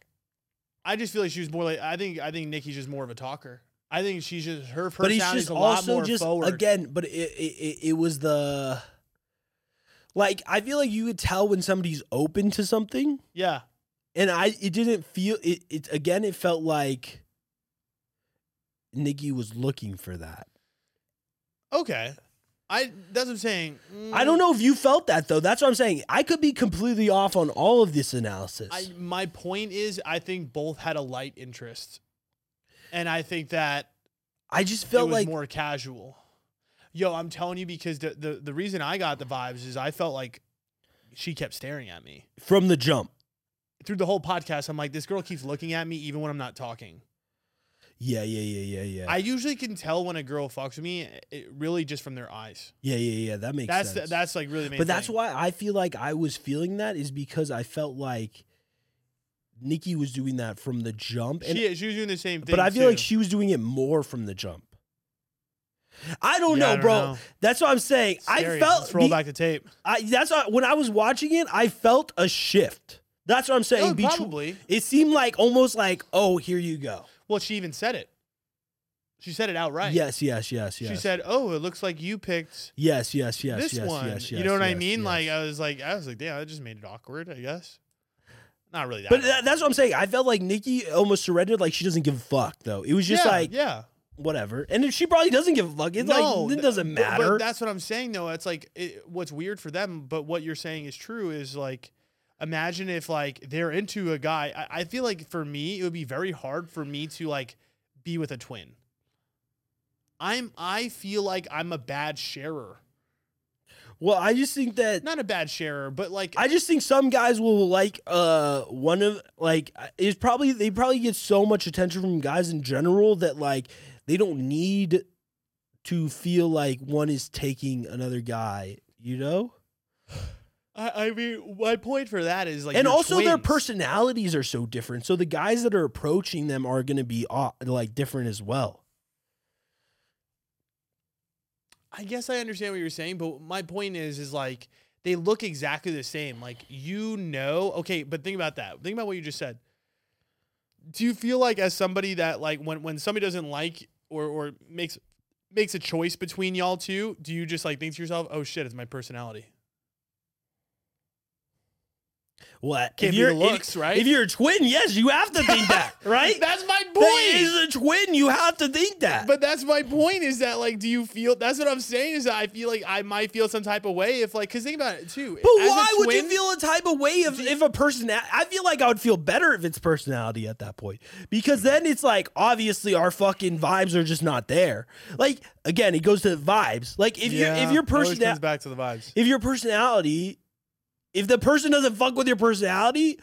I just feel like she was more like. I think I think Nikki's just more of a talker. I think she's just her but personality he's just is a lot also more just forward. again. But it, it it it was the like I feel like you could tell when somebody's open to something, yeah, and I it didn't feel it. It again, it felt like Nikki was looking for that. okay. I that's what I'm saying. I Mm. don't know if you felt that though. That's what I'm saying. I could be completely off on all of this analysis. I, my point is, I think both had a light interest, and I think that I just it felt was like more casual. Yo, I'm telling you because the, the the reason I got the vibes is I felt like she kept staring at me from the jump. through the whole podcast. I'm like, this girl keeps looking at me even when I'm not talking. Yeah, yeah, yeah, yeah, yeah. I usually can tell when a girl fucks with me, it, really just from their eyes. yeah, yeah, yeah. That makes that's sense. that's like really. the Main but that's thing. why I feel like I was feeling that is because I felt like Nikki was doing that from the jump. And, she, she was doing the same thing. but I feel too. like she was doing it more from the jump. I don't Yeah, know, I don't bro. know. That's what I'm saying. Scary. I felt Let's roll be- back the tape. I, that's what, when I was watching it, I felt a shift. That's what I'm saying. No, between- probably. it seemed like almost like, oh, here you go. Well, she even said it. She said it outright. Yes, yes, yes, yes. She said, "Oh, it looks like you picked yes, yes, yes, this yes, one." yes, yes. you know what I yes, mean? yes. Like I was like, I was like, damn, that just made it awkward. I guess. Not really that. But awkward. that, that's what I'm saying. I felt like Nikki almost surrendered. Like she doesn't give a fuck though. It was just Yeah, like yeah, whatever. And if she probably doesn't give a fuck, it's No, like it th- doesn't but- matter. But, that's what I'm saying though. It's like it, what's weird for them, but what you're saying is true. Is like. Imagine if like they're into a guy. I, I feel like for me, it would be very hard for me to like be with a twin. I'm I feel like I'm a bad sharer. well, I just think that Not a bad sharer, but like I just think some guys will like uh one of like uh, it's probably they probably get so much attention from guys in general that like they don't need to feel like one is taking another guy. You know. I, I mean, my point for that is like, and you're also their twins. personalities are so different. So the guys that are approaching them are going to be au- like different as well. I guess I understand what you're saying, but my point is, is like they look exactly the same. Like you know, okay, but think about that. Think about what you just said. Do you feel like as somebody that like when when somebody doesn't like or or makes makes a choice between y'all two, do you just like think to yourself, oh shit, it's my personality? What? Can't if be you're the looks, if, right? If you're a twin, yes, you have to think that, right? That's my That point. is a twin. You have to think that. But that's my point is that like, do you feel? That's what I'm saying is that I feel like I might feel some type of way if like, cause think about it too. But as a why would you twin- feel a type of way if, if a person? I feel like I would feel better if it's personality at that point because then it's like obviously our fucking vibes are just not there. Like again, it goes to vibes. Like if you if your person back to the vibes. if your personality, if the person doesn't fuck with your personality,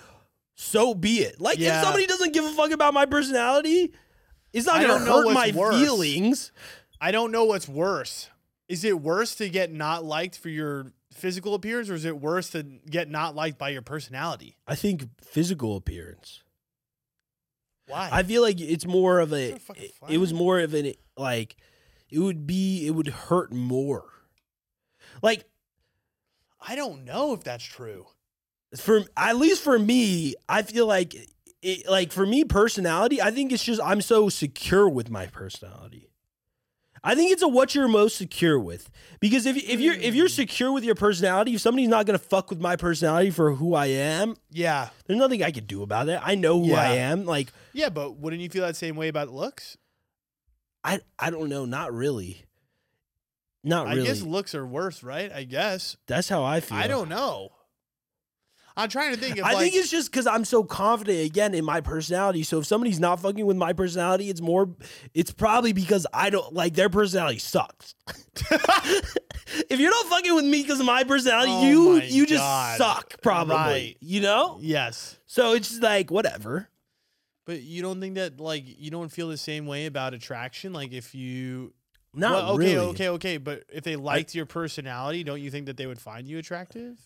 so be it. Like Yeah. if somebody doesn't give a fuck about my personality, it's not I gonna don't know hurt what's my worse. feelings. I don't know what's worse. Is it worse to get not liked for your physical appearance, or is it worse to get not liked by your personality? I think physical appearance. Why? I feel like it's more of a. So fucking It, flat. was more of an like, it would be it would hurt more. Like I don't know if that's true. for at least for me, I feel like it, like for me personality, I think it's just I'm so secure with my personality. I think it's a what you're most secure with because if if you're if you're Hmm. secure with your personality, if somebody's not gonna fuck with my personality for who I am, Yeah, there's nothing I can do about it. I know who I Yeah. am. Like yeah, but wouldn't you feel that same way about looks? I I don't know, not really, not really. I guess looks are worse, right? I guess. That's how I feel. I don't know. I'm trying to think. If I like, think it's just because I'm so confident again in my personality. So if somebody's not fucking with my personality, it's more, it's probably because I don't like their personality sucks. if you're not fucking with me because of my personality, Oh you my you just God. suck probably. Right. You know. yes. So it's just like whatever. But you don't think that like you don't feel the same way about attraction? Like if you Not well, okay, really. okay, okay. But if they liked your personality, don't you think that they would find you attractive?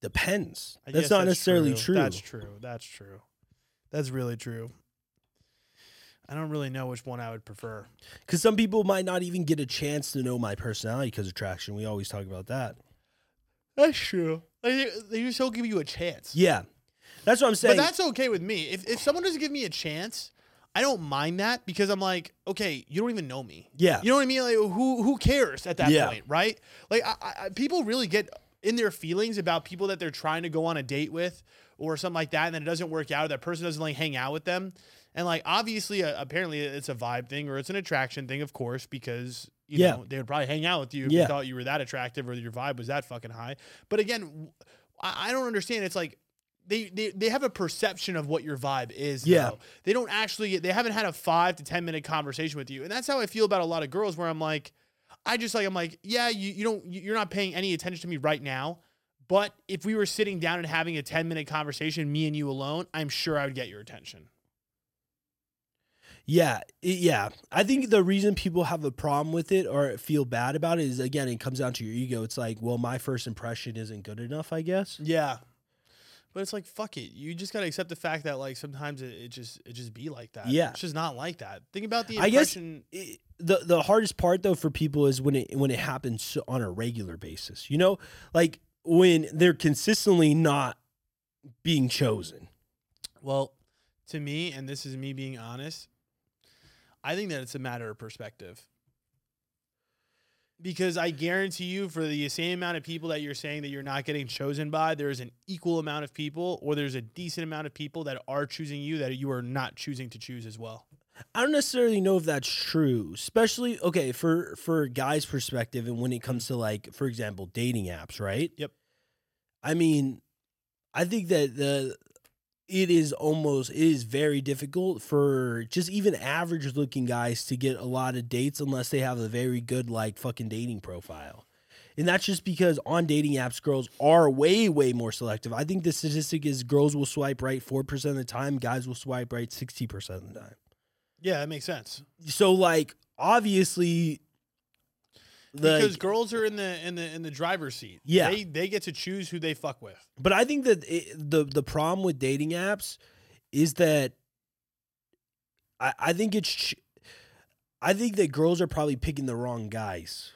Depends. I That's guess not necessarily true. That's true. That's true. That's really true. I don't really know which one I would prefer. Because some people might not even get a chance to know my personality because attraction. We always talk about that. That's true. They, they just don't give you a chance. Yeah, that's what I'm but saying. that's okay with me. If, if someone doesn't give me a chance, I don't mind that because I'm like, okay, you don't even know me. Yeah. You know what I mean? Like, who who cares at that Yeah. point, right? Like, I, I, I- people really get in their feelings about people that they're trying to go on a date with or something like that, and then it doesn't work out, or that person doesn't like hang out with them, and like obviously, uh, apparently, it's a vibe thing or it's an attraction thing, of course, because you Yeah. know they would probably hang out with you if Yeah. you thought you were that attractive or your vibe was that fucking high. But again, w- I, I don't understand. It's like. They, they, they have a perception of what your vibe is. Yeah. though they don't actually they haven't had a five to ten minute conversation with you and that's how i feel about a lot of girls where i'm like i just like i'm like yeah you, you don't you- you're not paying any attention to me right now but if we were sitting down and having a 10 minute conversation me and you alone i'm sure i would get your attention Yeah, it- yeah. I think the reason people have a problem with it or feel bad about it is again, it comes down to your ego. It's like, well, my first impression isn't good enough, I guess. yeah but it's like fuck it you just gotta accept the fact that like sometimes it, it just it just be like that Yeah. it's just not like that think about the I guess- impression It, the the hardest part though for people is when it when it happens so- on a regular basis. You know, like when they're consistently not being chosen. Well, to me, and this is me being honest, I think that it's a matter of perspective. Because I guarantee you, for the same amount of people that you're saying that you're not getting chosen by, there is an equal amount of people, or there's a decent amount of people that are choosing you that you are not choosing to choose as well. I don't necessarily know if that's true, especially okay for for a guys' perspective, and when it comes to like, for example, dating apps, right? Yep. I mean, I think that the it is almost it is very difficult for just even average looking guys to get a lot of dates unless they have a very good like fucking dating profile. And that's just because on dating apps, girls are way, way more selective. I think the statistic is girls will swipe right 4% of the time, guys will swipe right 60% of the time Yeah, that makes sense. so like obviously like, because girls are in the in the in the driver's seat. Yeah. they they get to choose who they fuck with. but i think that it, the the problem with dating apps is that i i think it's ch- i think that girls are probably picking the wrong guys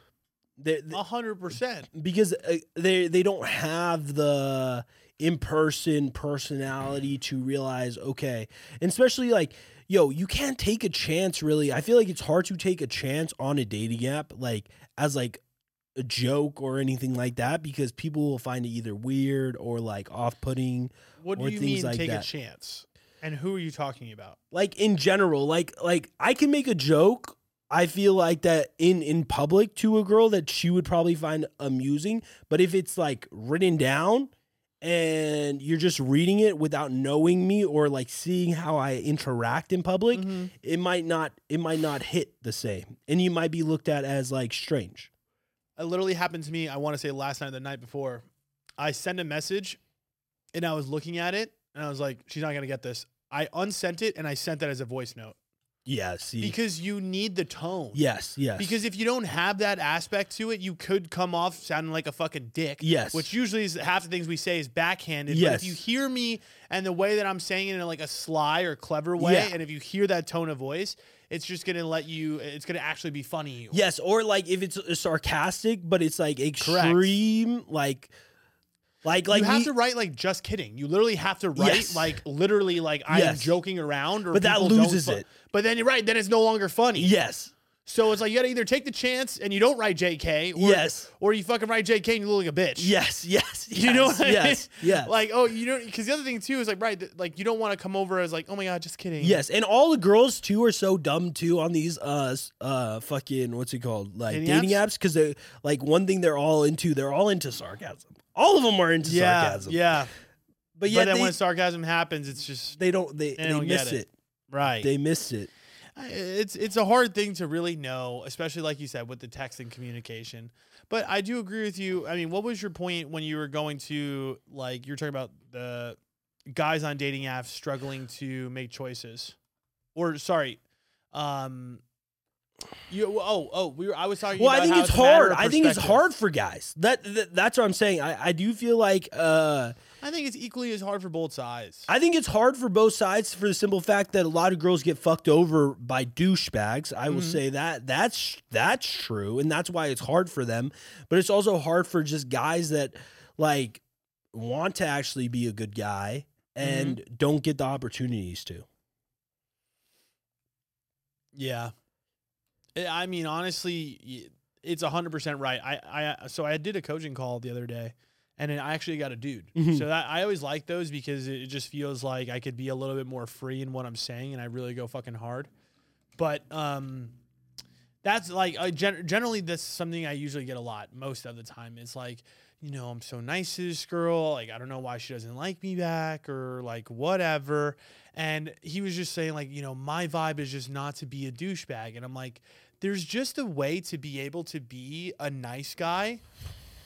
they they- A hundred percent. because uh, they they don't have the in person personality to realize okay, and especially like yo, you can't take a chance really. I feel like it's hard to take a chance on a dating app like as like a joke or anything like that because people will find it either weird or like off putting. What do Or you things mean like take that. a chance? And who are you talking about? Like in general, like like I can make a joke. I feel like that in in public to a girl that she would probably find amusing, but if it's like written down and you're just reading it without knowing me or like seeing how I interact in public, Mhm. it might not it might not hit the same. And you might be looked at as like strange. It literally happened to me, I want to say last night, or the night before. I sent a message and I was looking at it and I was like, she's not going to get this. I unsent it and I sent that as a voice note Yeah, see. because you need the tone. yes, yes. Because if you don't have that aspect to it, you could come off sounding like a fucking dick. Yes. Which usually is half the things we say is backhanded. Yes. But if you hear me and the way that I'm saying it in like a sly or clever way, Yeah. and if you hear that tone of voice, it's just going to let you, it's going to actually be funny. Yes, or like if it's uh, sarcastic, but it's like extreme, like, like, like you have we- to write like just kidding. You literally have to write Yes. like literally like I am Yes. joking around or But that people don't loses fu- it. But then you're right, then it's no longer funny. Yes, So it's like you gotta either take the chance and you don't write JK or Yes. or you fucking write JK and you look like a bitch. yes, yes. You know yes, what I mean? yes, yes. Like, oh, you don't because the other thing too is like right, th- like you don't want to come over as like, oh my god, just kidding. Yes, and all the girls too are so dumb too on these uh s- uh fucking what's it called like Dating dating apps because they like one thing they're all into they're all into sarcasm all of them are into Yeah. sarcasm Yeah. but But yet then they, when sarcasm happens, it's just they don't they, they, don't get miss it. it. right. they miss it I- it's it's a hard thing to really know, especially like you said with the text and communication. But I do agree with you. I mean, what was your point when you were going to like you were talking about the guys on dating apps struggling to make choices, or sorry, um, you oh oh we were I was talking. Well, I about think how it's a matter hard. of I think it's perspective. hard for guys. That, that that's what I'm saying. I, I do feel like uh, I think it's equally as hard for both sides. I think it's hard for both sides for the simple fact that a lot of girls get fucked over by douchebags. I will Mhm. say that that's that's true, and that's why it's hard for them. But it's also hard for just guys that like want to actually be a good guy and don't get the opportunities to. Yeah. I I mean, honestly, y- it's 100% right. I, I So I did a coaching call the other day and then I actually got a dude. Mhm. So that, I always like those because it just feels like I could be a little bit more free in what I'm saying and I really go fucking hard. But um, that's like I gen- generally that's something I usually get a lot most of the time. It's like, you know, I'm so nice to this girl. Like, I don't know why she doesn't like me back or like whatever. And he was just saying, like, you know, my vibe is just not to be a douchebag. And I'm like, there's just a way to be able to be a nice guy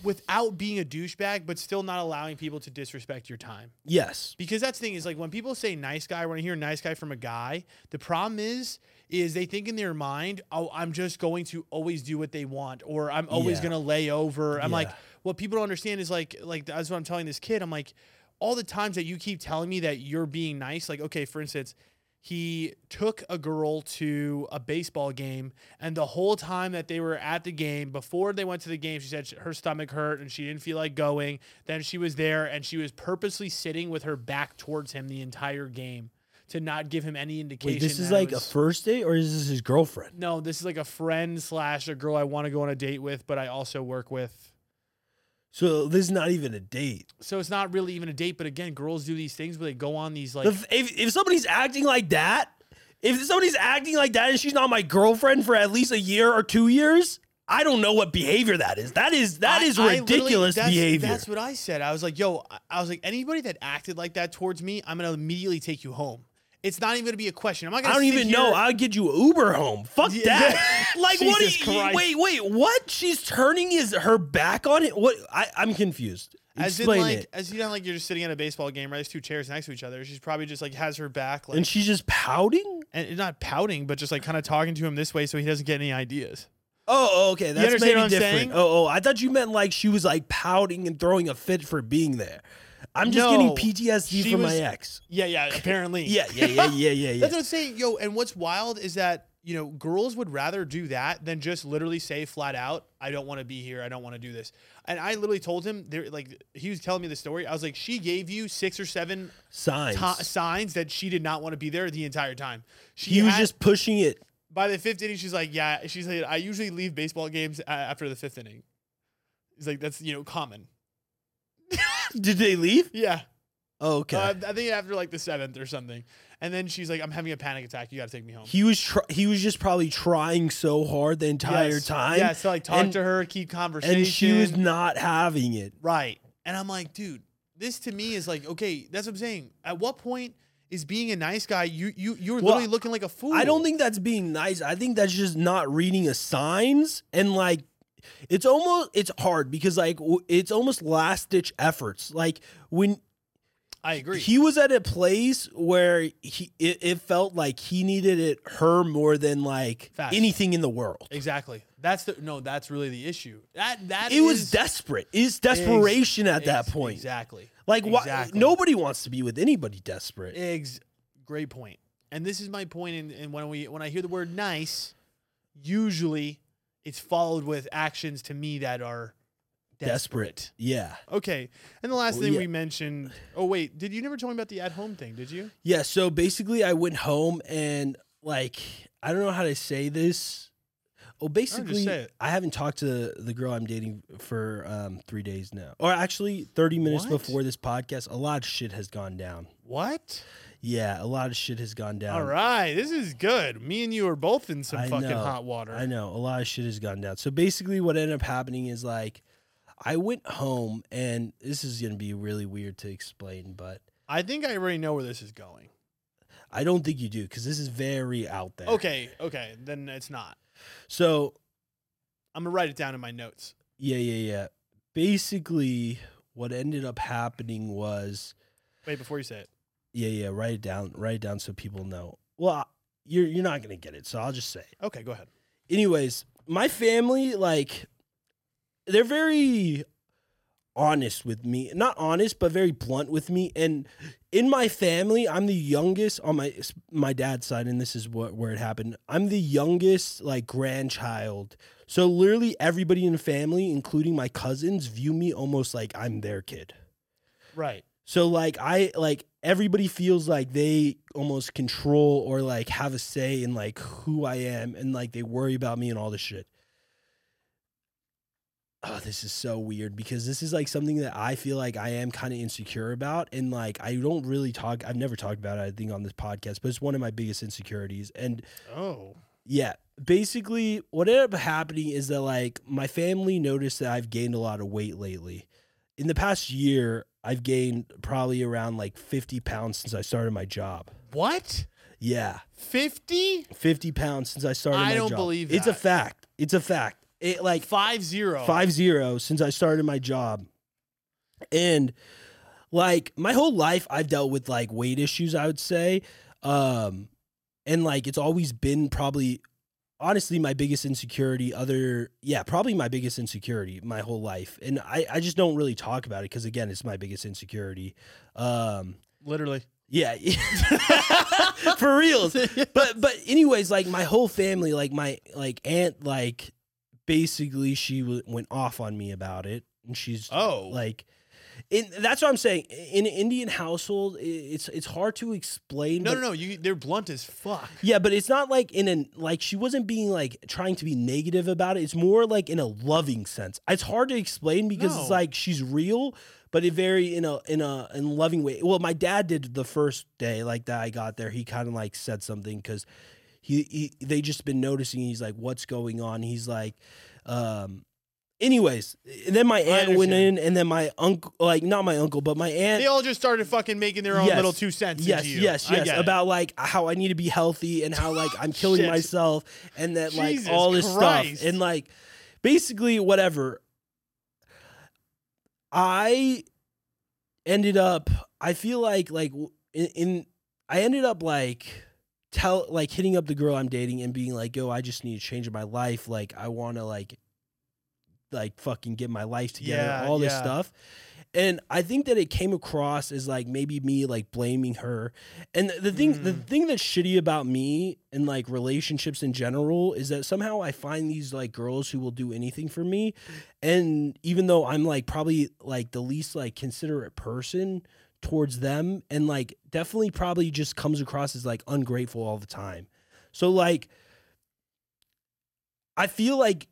without being a douchebag, but still not allowing people to disrespect your time. Yes. Because that's the thing is like when people say nice guy, when I hear nice guy from a guy, the problem is is they think in their mind, oh, I'm just going to always do what they want, or I'm always Yeah. gonna lay over. I'm like, Yeah. what people don't understand is like, like that's what I'm telling this kid. I'm like, all the times that you keep telling me that you're being nice, like, okay, for instance, he took a girl to a baseball game, and the whole time that they were at the game, before they went to the game, she said sh- her stomach hurt and she didn't feel like going. Then she was there, and she was purposely sitting with her back towards him the entire game to not give him any indication. Wait, this is that it like a was- first date or is this his girlfriend? no, this is like a friend slash a girl I want to go on a date with, but I also work with. So this is not even a date. So it's not really even a date, but again, girls do these things where they go on these like. The f- if, if somebody's acting like that, if somebody's acting like that and she's not my girlfriend for at least a year or two years, I don't know what behavior that is. That is that is I- I literally- ridiculous that's- behavior. That's what I said. I was like, yo, I- I was like, anybody that acted like that towards me, I'm gonna immediately take you home. It's not even gonna be a question. I'm not I gonna. don't sit even here- know. I'll get you Uber home. Fuck Yeah. that. like what? Jesus do you- Christ. Wait, wait. What? She's turning his her back on it. What? I, I'm confused. As in, Explain like, it. as you know, like you're just sitting at a baseball game, right? There's two chairs next to each other. She's probably just like has her back, like, And and, she's just pouting. not pouting, but just like kind of talking to him this way, so he doesn't get any ideas. Oh, oh, okay. That's understand maybe what I'm different. saying? Oh, oh, I thought you meant like she was like pouting and throwing a fit for being there. I'm just getting No, PTSD she from my was- ex. Yeah, yeah. Apparently, Yeah, yeah, yeah, yeah, yeah, yeah. That's what I'm saying, yo. And what's wild is that you know girls would rather do that than just literally say flat out, "I don't want to be here. I don't want to do this." And I literally told him, there, like he was telling me the story. I was like, she gave you six or seven Signs. to- signs that she did not want to be there the entire time. She he was had- just pushing it. by the fifth inning. She's like, yeah. She's like, I usually leave baseball games a- after the fifth inning. He's like, that's you know common. Did they leave? Yeah. Oh, okay. Uh, I think after like the seventh or something. And then she's like, I'm having a panic attack. You got to take me home. he was tr- he was just probably trying so hard the entire Yes. time. Yeah, so like talk And- to her, keep conversation. and she was not having it. right. And I'm like, dude, this to me is like, okay, that's what I'm saying. At what point is being a nice guy? You you you're Well, literally looking like a fool. I don't think that's being nice. I think that's just not reading a signs and like it's almost it's hard because like w- it's almost last ditch efforts. Like when I agree. he was at a place where he it, it felt like he needed it her more than like Facts. anything in the world. exactly. That's the no. That's really the issue. That that It was is- desperate. It's desperation at that ex- point. Exactly. Like why exactly. nobody wants to be with anybody desperate. Ex- great point. And this is my point. In, in when we when I hear the word nice, usually it's followed with actions to me that are desperate. Yeah. Okay. And the last Well, thing yeah. we mentioned. Oh wait, did you never tell me about the at home thing? Did you? Yeah, so basically I went home and like I don't know how to say this. Oh, basically say it. I haven't talked to the girl I'm dating for um 3 days now. Or actually 30 minutes What? before this podcast, a lot of shit has gone down. What? Yeah, a lot of shit has gone down. All right, this is good. Me and you are both in some Um, I fucking know, hot water. I know a lot of shit has gone down. So basically, what ended up happening is like, I went home, and this is gonna be really weird to explain, but I think I already know where this is going. I don't think you do because this is very out there. Okay, okay, then it's not. So I'm gonna write it down in my notes. yeah, yeah, yeah. Basically, what ended up happening was Wait, before you say it. yeah, yeah. Write it down. Write it down so people know. Well, I- you're you're not gonna get it, so I'll just say. it. Okay, go ahead. anyways, my family like they're very honest with me. Not honest, but very blunt with me. And in my family, I'm the youngest on my my dad's side and this is what where it happened. I'm the youngest like grandchild. So literally everybody in the family, including my cousins, view me almost like I'm their kid. Right. So like I like everybody feels like they almost control or like have a say in like who I am and like they worry about me and all this shit. Oh, this is so weird because this is like something that I feel like I am kind of insecure about. And like, I don't really talk, I've never talked about it, I think, on this podcast, but it's one of my biggest insecurities. And Oh. yeah, basically, what ended up happening is that like my family noticed that I've gained a lot of weight lately. In the past year, I've gained probably around like 50 pounds since I started my job. What? Yeah, 50? 50 pounds since I started I my don't job. believe It's a that. fact. It's a fact. It like Five zero. five zero since I started my job, and like my whole life, I've dealt with like weight issues. I would say, um, and like it's always been probably, honestly, my biggest insecurity. Other, yeah, probably my biggest insecurity my whole life, and I I just don't really talk about it because again, it's my biggest insecurity. Um, Literally. yeah. For reals. But but anyways, like my whole family, like my like aunt like basically she w- went off on me about it and she's Oh. like in that's what I'm saying. In an Indian household, i- it's it's hard to explain. no, but- no, no. You, they're blunt as fuck. Yeah, but it's not like in an like she wasn't being like trying to be negative about it. It's more like in a loving sense. It's hard to explain because No. it's like she's real, but it very in a in a in a loving way. Well, my dad did the first day like that I got there. He kind of like said something because he, he they just been noticing. He's like, "What's going on?" He's like, um. Anyways, and then my aunt went in, understand. and then my uncle, like not my uncle, but my aunt. They all just started fucking making their own Yes. little two cents. Yes, into you. yes, I yes. get it. About like how I need to be healthy and how like I'm killing Shit. myself and that like Jesus all this Christ. stuff and like basically whatever. I ended up. I feel like like w- in, in I ended up like tell like hitting up the girl I'm dating and being like, yo, I just need a change in my life. Like I want to like like fucking get my life together. Yeah, all this yeah. stuff. And I think that it came across as like maybe me like blaming her. And the thing the Mm. thing that's shitty about me and like relationships in general is that somehow I find these like girls who will do anything for me. And even though I'm like probably like the least like considerate person towards them and like definitely probably just comes across as like ungrateful all the time. So like I feel like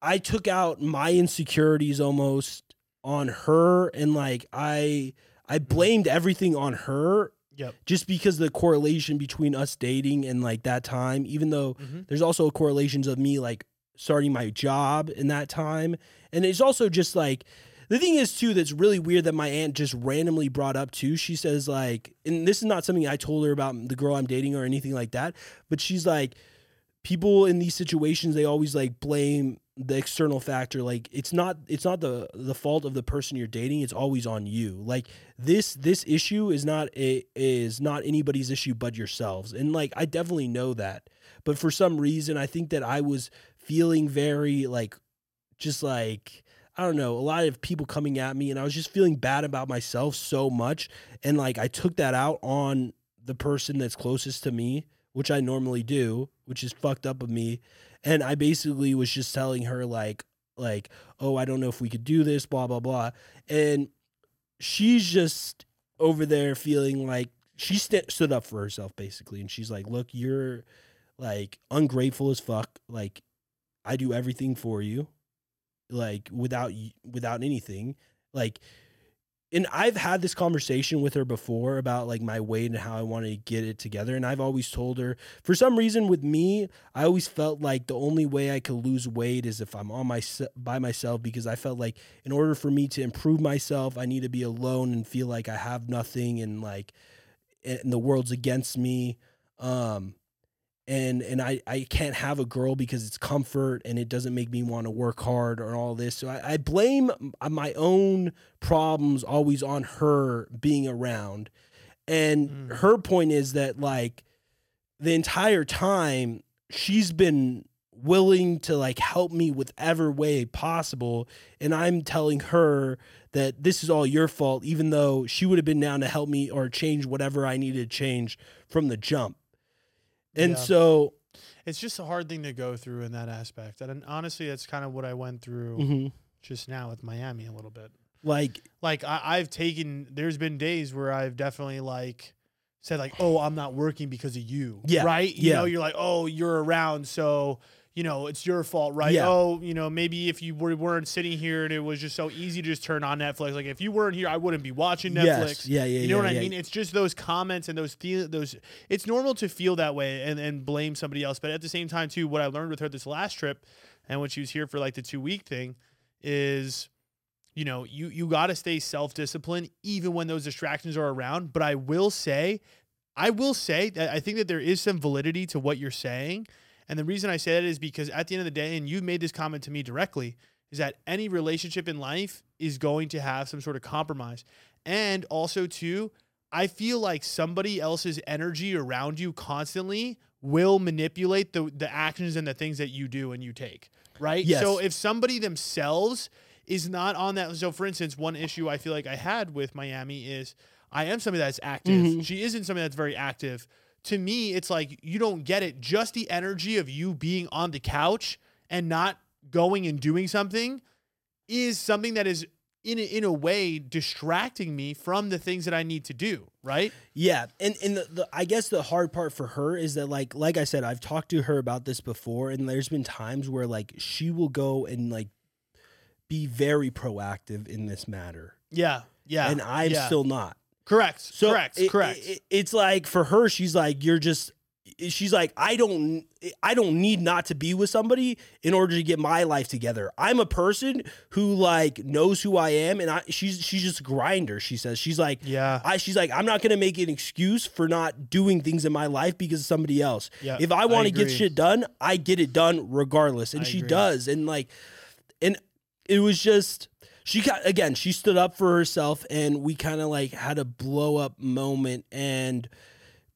I took out my insecurities almost on her and like I I blamed everything on her Yep. just because the correlation between us dating and like that time even though Mhm. there's also correlations of me like starting my job in that time and it's also just like the thing is too that's really weird that my aunt just randomly brought up too she says like and this is not something i told her about the girl i'm dating or anything like that but she's like people in these situations they always like blame the external factor like it's not it's not the the fault of the person you're dating it's always on you like this this issue is not a is not anybody's issue but yourselves and like i definitely know that but for some reason i think that i was feeling very like just like i don't know a lot of people coming at me and i was just feeling bad about myself so much and like i took that out on the person that's closest to me which i normally do which is fucked up of me and i basically was just telling her like like oh i don't know if we could do this blah blah blah and she's just over there feeling like she st- stood up for herself basically and she's like look you're like ungrateful as fuck like i do everything for you like without y- without anything like and i've had this conversation with her before about like my weight and how i want to get it together and i've always told her for some reason with me i always felt like the only way i could lose weight is if i'm on my by myself because i felt like in order for me to improve myself i need to be alone and feel like i have nothing and like and the world's against me um and and I, I can't have a girl because it's comfort and it doesn't make me want to work hard or all this. So I, I blame m- uh, my own problems always on her being around. And Mm. her point is that like the entire time she's been willing to like help me with every way possible and I'm telling her that this is all your fault even though she would have been down to help me or change whatever I needed to change from the jump. And Yeah. so It's just a hard thing to go through Mm-hmm. in that aspect. And honestly, that's kind of what I went through just now with Miami a little bit. mhm, Like, like I, I've taken there's been days where I've definitely like said like, oh, I'm not working because of you. Yeah, Right? You yeah. know, you're like, oh, you're around, so you know, it's your fault, right? Yeah. Oh, you know, maybe if you were, weren't sitting here and it was just so easy to just turn on Netflix. Like if you weren't here, I wouldn't be watching Netflix. yes, yeah, yeah, You know yeah, what I yeah. mean? It's just those comments and those feel those. It's normal to feel that way and and blame somebody else. But at the same time, too, what I learned with her this last trip, and when she was here for like the two week thing, is, you know, you you got to stay self disciplined even when those distractions are around. But I will say, I will say that I think that there is some validity to what you're saying, and the reason I say that is because at the end of the day, and you made this comment to me directly, is that any relationship in life is going to have some sort of compromise. And also, too, I feel like somebody else's energy around you constantly will manipulate the, the actions and the things that you do and you take, right? Yes. So if somebody themselves is not on that, so for instance, one issue I feel like I had with Miami is I am somebody that's active. Mm-hmm. She isn't somebody that's very active. To me, it's like you don't get it. Just the energy of you being on the couch and not going and doing something is something that is in a, in a way distracting me from the things that I need to do, right? Yeah, and and the, the, I guess the hard part for her is that like like I said, I've talked to her about this before, and there's been times where like she will go and like be very proactive in this matter, Yeah. Yeah. and I'm yeah. still not. correct. So correct. it- correct. it- it's like for her, she's like you're just. She's like I don't I don't need not to be with somebody in order to get my life together. I'm a person who like knows who I am and I she's she's just a grinder, she says. She's like yeah. I, she's like, I'm not gonna make an excuse for not doing things in my life because of somebody else. Yeah, if I I want to get agree. shit done, I get it done regardless, and I she agree. does. And like, and it was just she got again. She stood up for herself, and we kind of like had a blow up moment, and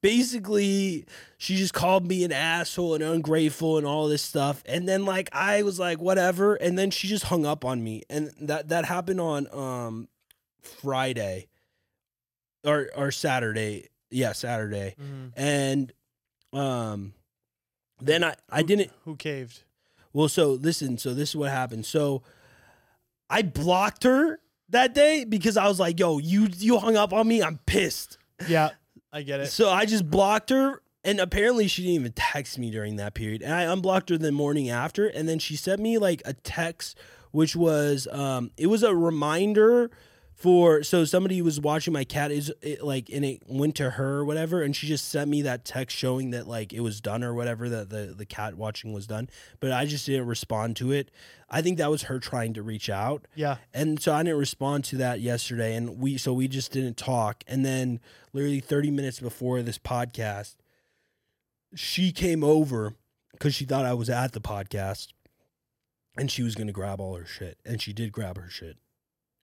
basically she just called me an asshole and ungrateful and all this stuff and then like i was like whatever and then she just hung up on me and that that happened on um friday or or saturday yeah saturday Mhm. and um then i i Who- didn't Who caved? well, so listen, so this is what happened. So I blocked her that day because I was like, yo, you you hung up on me. I'm pissed. Yeah. I get it. So I just blocked her. And apparently she didn't even text me during that period. And I unblocked her the morning after. And then she sent me like a text, which was um it was a reminder for so somebody was watching my cat is it, like and it went to her or whatever and she just sent me that text showing that like it was done or whatever that the, the cat watching was done but i just didn't respond to it i think that was her trying to reach out Yeah. and so I didn't respond to that yesterday, and we so we just didn't talk. And then literally 30 minutes before this podcast, she came over because she thought I was at the podcast, and she was gonna grab all her shit, and she did grab her shit,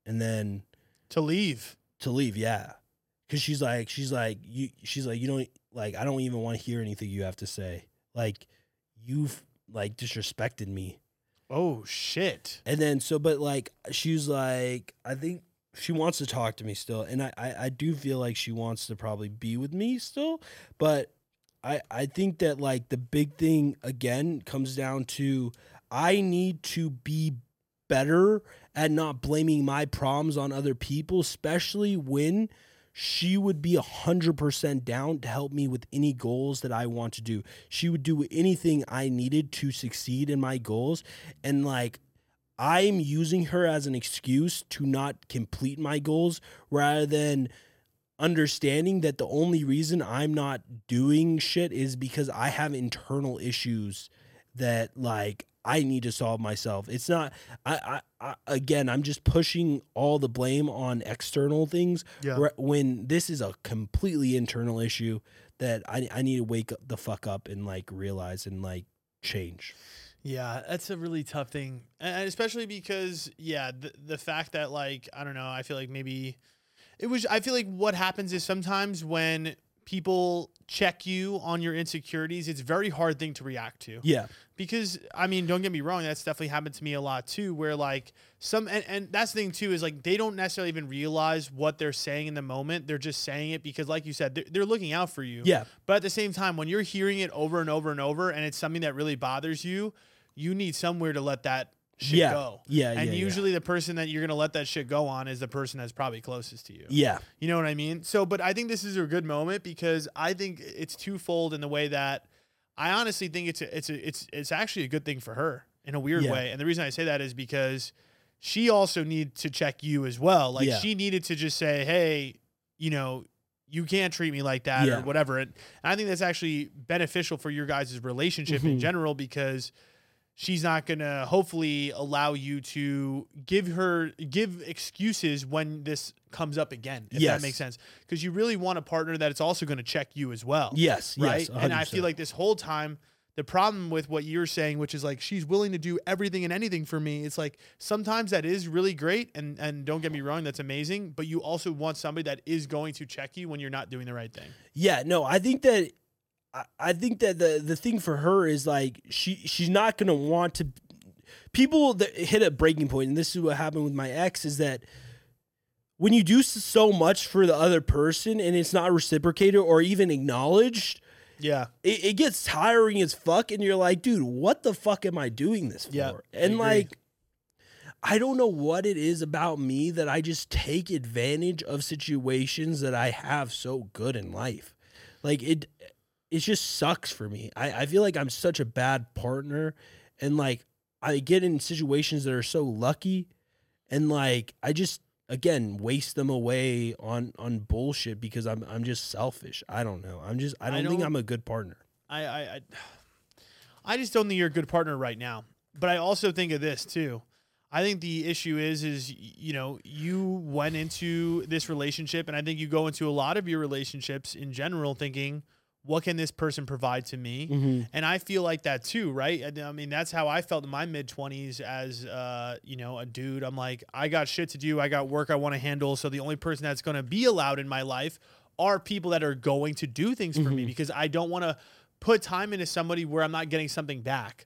and then To leave. to leave, yeah, because she's like, she's like, you, she's like, you don't like, I don't even want to hear anything you have to say, like, you've like disrespected me. Oh shit. And then so, but like she was like, I think she wants to talk to me still, and I I, I do feel like she wants to probably be with me still, but I I think that like the big thing again comes down to I need to be better at not blaming my problems on other people, especially when she would be 100% down to help me with any goals that I want to do. She would do anything I needed to succeed in my goals. And like, I'm using her as an excuse to not complete my goals rather than understanding that the only reason I'm not doing shit is because I have internal issues that like I need to solve myself. It's not I I, I again, I'm just pushing all the blame on external things Yeah. re- when this is a completely internal issue that I I need to wake up the fuck up and like realize and like change. Yeah, that's a really tough thing, and especially because yeah, the the fact that like I don't know, I feel like maybe it was. I feel like what happens is sometimes when people check you on your insecurities, it's a very hard thing to react to Yeah. because I mean, don't get me wrong, that's definitely happened to me a lot too. Where like some, and, and that's the thing too is like they don't necessarily even realize what they're saying in the moment. They're just saying it because, like you said, they're, they're looking out for you. Yeah. But at the same time, when you're hearing it over and over and over, and it's something that really bothers you, you need somewhere to let that should yeah. go. Yeah. And yeah, yeah. usually the person that you're going to let that shit go on is the person that's probably closest to you. Yeah. You know what I mean? So, but I think this is a good moment because I think it's twofold in the way that I honestly think it's a, it's a, it's it's actually a good thing for her in a weird Yeah. way. And the reason I say that is because she also needed to check you as well. Like Yeah. she needed to just say, "Hey, you know, you can't treat me like that Yeah. or whatever." And I think that's actually beneficial for your guys' relationship in Mhm. general because she's not going to hopefully allow you to give her give excuses when this comes up again if Yes. that makes sense because you really want a partner that it's also going to check you as well Yes. right Yes. and i feel 100%. like this whole time the problem with what you're saying which is like she's willing to do everything and anything for me it's like sometimes that is really great and and don't get me wrong that's amazing but you also want somebody that is going to check you when you're not doing the right thing Yeah, no, I think that I, I think that the the thing for her is like she she's not gonna want to people that hit a breaking point, and this is what happened with my ex is that when you do s- so much for the other person and it's not reciprocated or even acknowledged, yeah it, it gets tiring as fuck, and you're like, dude, what the fuck am I doing this for? Yeah, I and agree. like, I don't know what it is about me that I just take advantage of situations that I have so good in life. Like it, it just sucks for me. I, I feel like I'm such a bad partner, and like I get in situations that are so lucky, and like I just again waste them away on on bullshit because I'm I'm just selfish. I don't know. I'm just I I don't think don't- I'm a good partner. I, I, I, I just don't think you're a good partner right now. But I also think of this too. I think the issue is, is y- you know, you went into this relationship, and I think you go into a lot of your relationships in general thinking, what can this person provide to me? And I feel like that too, right? And, I mean, that's how I felt in my mid 20s as, uh, you know, a dude. I'm like, I got shit to do. I got work I want to handle. So the only person that's going to be allowed in my life are people that are going to do things for me because I don't want to put time into somebody where I'm not getting something back.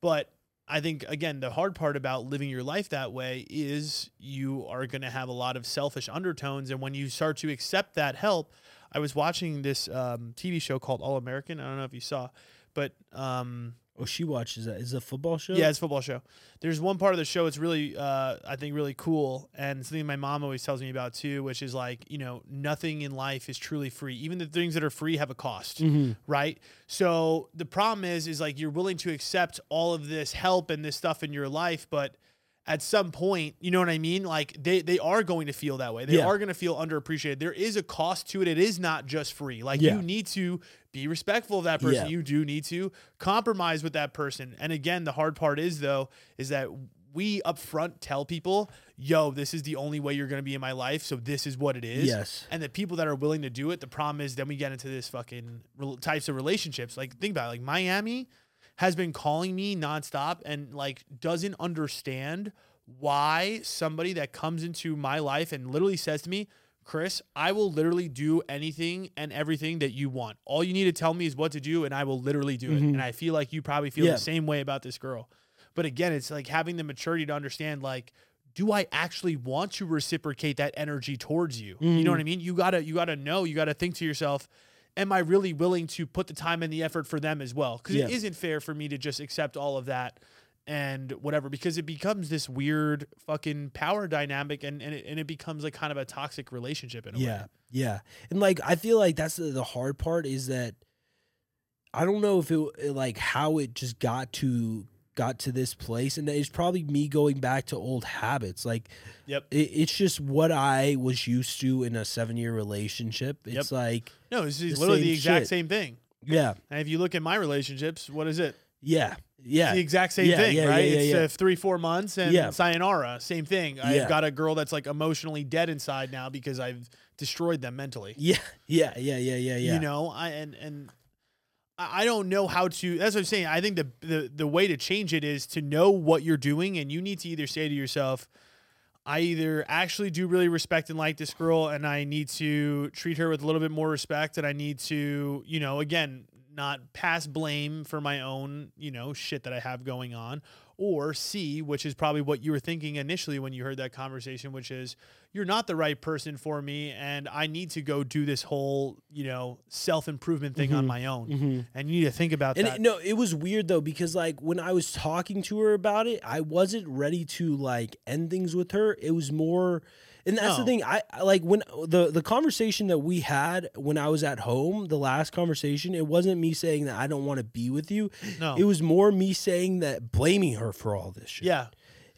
But I think, again, the hard part about living your life that way is you are going to have a lot of selfish undertones. And when you start to accept that help, I was watching this um, TV show called All American. I don't know if you saw, but um, Oh, she watches that. Is it a football show? yeah, it's a football show. There's one part of the show that's really, uh, I think, really cool, and something my mom always tells me about too, which is like, you know, nothing in life is truly free. Even the things that are free have a cost, Mm-hmm. right? So the problem is, is like you're willing to accept all of this help and this stuff in your life, but at some point, you know what I mean? Like they they are going to feel that way. They Yeah. are going to feel underappreciated. There is a cost to it. It is not just free. Like Yeah. you need to be respectful of that person. Yeah. You do need to compromise with that person. And again, the hard part is though is that we up front tell people, "Yo, this is the only way you're going to be in my life, so this is what it is." Yes. And the people that are willing to do it, the problem is then we get into this fucking rel- types of relationships. Like think about it, like Miami has been calling me nonstop and like doesn't understand why somebody that comes into my life and literally says to me, Chris, I will literally do anything and everything that you want. All you need to tell me is what to do, and I will literally do it. And I feel like you probably feel Mm-hmm. Yeah. the same way about this girl. But again, it's like having the maturity to understand, like, do I actually want to reciprocate that energy towards you? You Mm. know what I mean? You gotta, you gotta know, you gotta think to yourself, am I really willing to put the time and the effort for them as well? Because Yeah. it isn't fair for me to just accept all of that and whatever because it becomes this weird fucking power dynamic and and it, and it becomes like kind of a toxic relationship in a Yeah. way. Yeah. And like I feel like that's the, the hard part is that I don't know if it like how it just got to got to this place and it's probably me going back to old habits. Like Yep. it, it's just what I was used to in a 7-year relationship. Yep. It's like No, this is The literally same the exact shit. same thing. yeah. And if you look at my relationships, what is it? Yeah. It's Yeah. The exact same Yeah, thing, yeah, right? yeah, yeah, it's yeah. Uh, three, four months and Yeah. sayonara, same thing. I've Yeah. got a girl that's like emotionally dead inside now because I've destroyed them mentally. Yeah. Yeah. Yeah. Yeah. Yeah. Yeah. you know i and and i I don't know how to that's what i'm saying i think the, the the way to change it is to know what you're doing and you need to either say to yourself i either actually do really respect and like this girl and i need to treat her with a little bit more respect and i need to you know again not pass blame for my own, you know, shit that I have going on, or C, which is probably what you were thinking initially when you heard that conversation, which is you're not the right person for me, and I need to go do this whole, you know, self improvement thing on Mhm. my own, Mm-hmm. and you need to think about And that. it, no, it was weird though because like when I was talking to her about it, I wasn't ready to like end things with her. It was more, and that's the No. thing. I I- like when the the conversation that we had when I was at home, the last conversation. It wasn't me saying that I don't want to be with you. no, It was more me saying that blaming her for all this shit. yeah,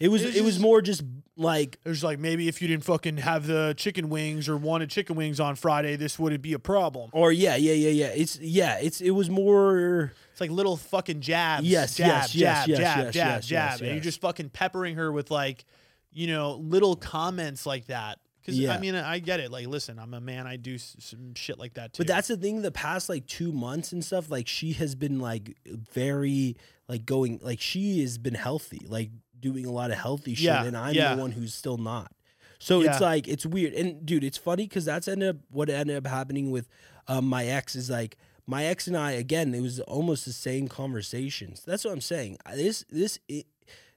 it was it it was was, just- more just like There's like maybe if you didn't fucking have the chicken wings or wanted chicken wings on Friday, this wouldn't be a problem. or yeah yeah yeah yeah. It's yeah it's it was more. It's like little fucking jabs. Yes, jab, yes, yes, jab, jab, yes, jab, yes, yes, jab. yes, and you're yes. just fucking peppering her with like, you know, little comments like that. Because I Yeah. mean, I get it. Like, listen, I'm a man. I do s- some shit like that too. But that's the thing. The past like two months and stuff, like she has been like very like going like she has been healthy, like doing a lot of healthy shit, Yeah, and I'm yeah. the one who's still not. So Yeah. it's like it's weird, and dude, it's funny because that's ended up what ended up happening with um, my ex is like my ex and I again. It was almost the same conversations. That's what I'm saying. I- This this. i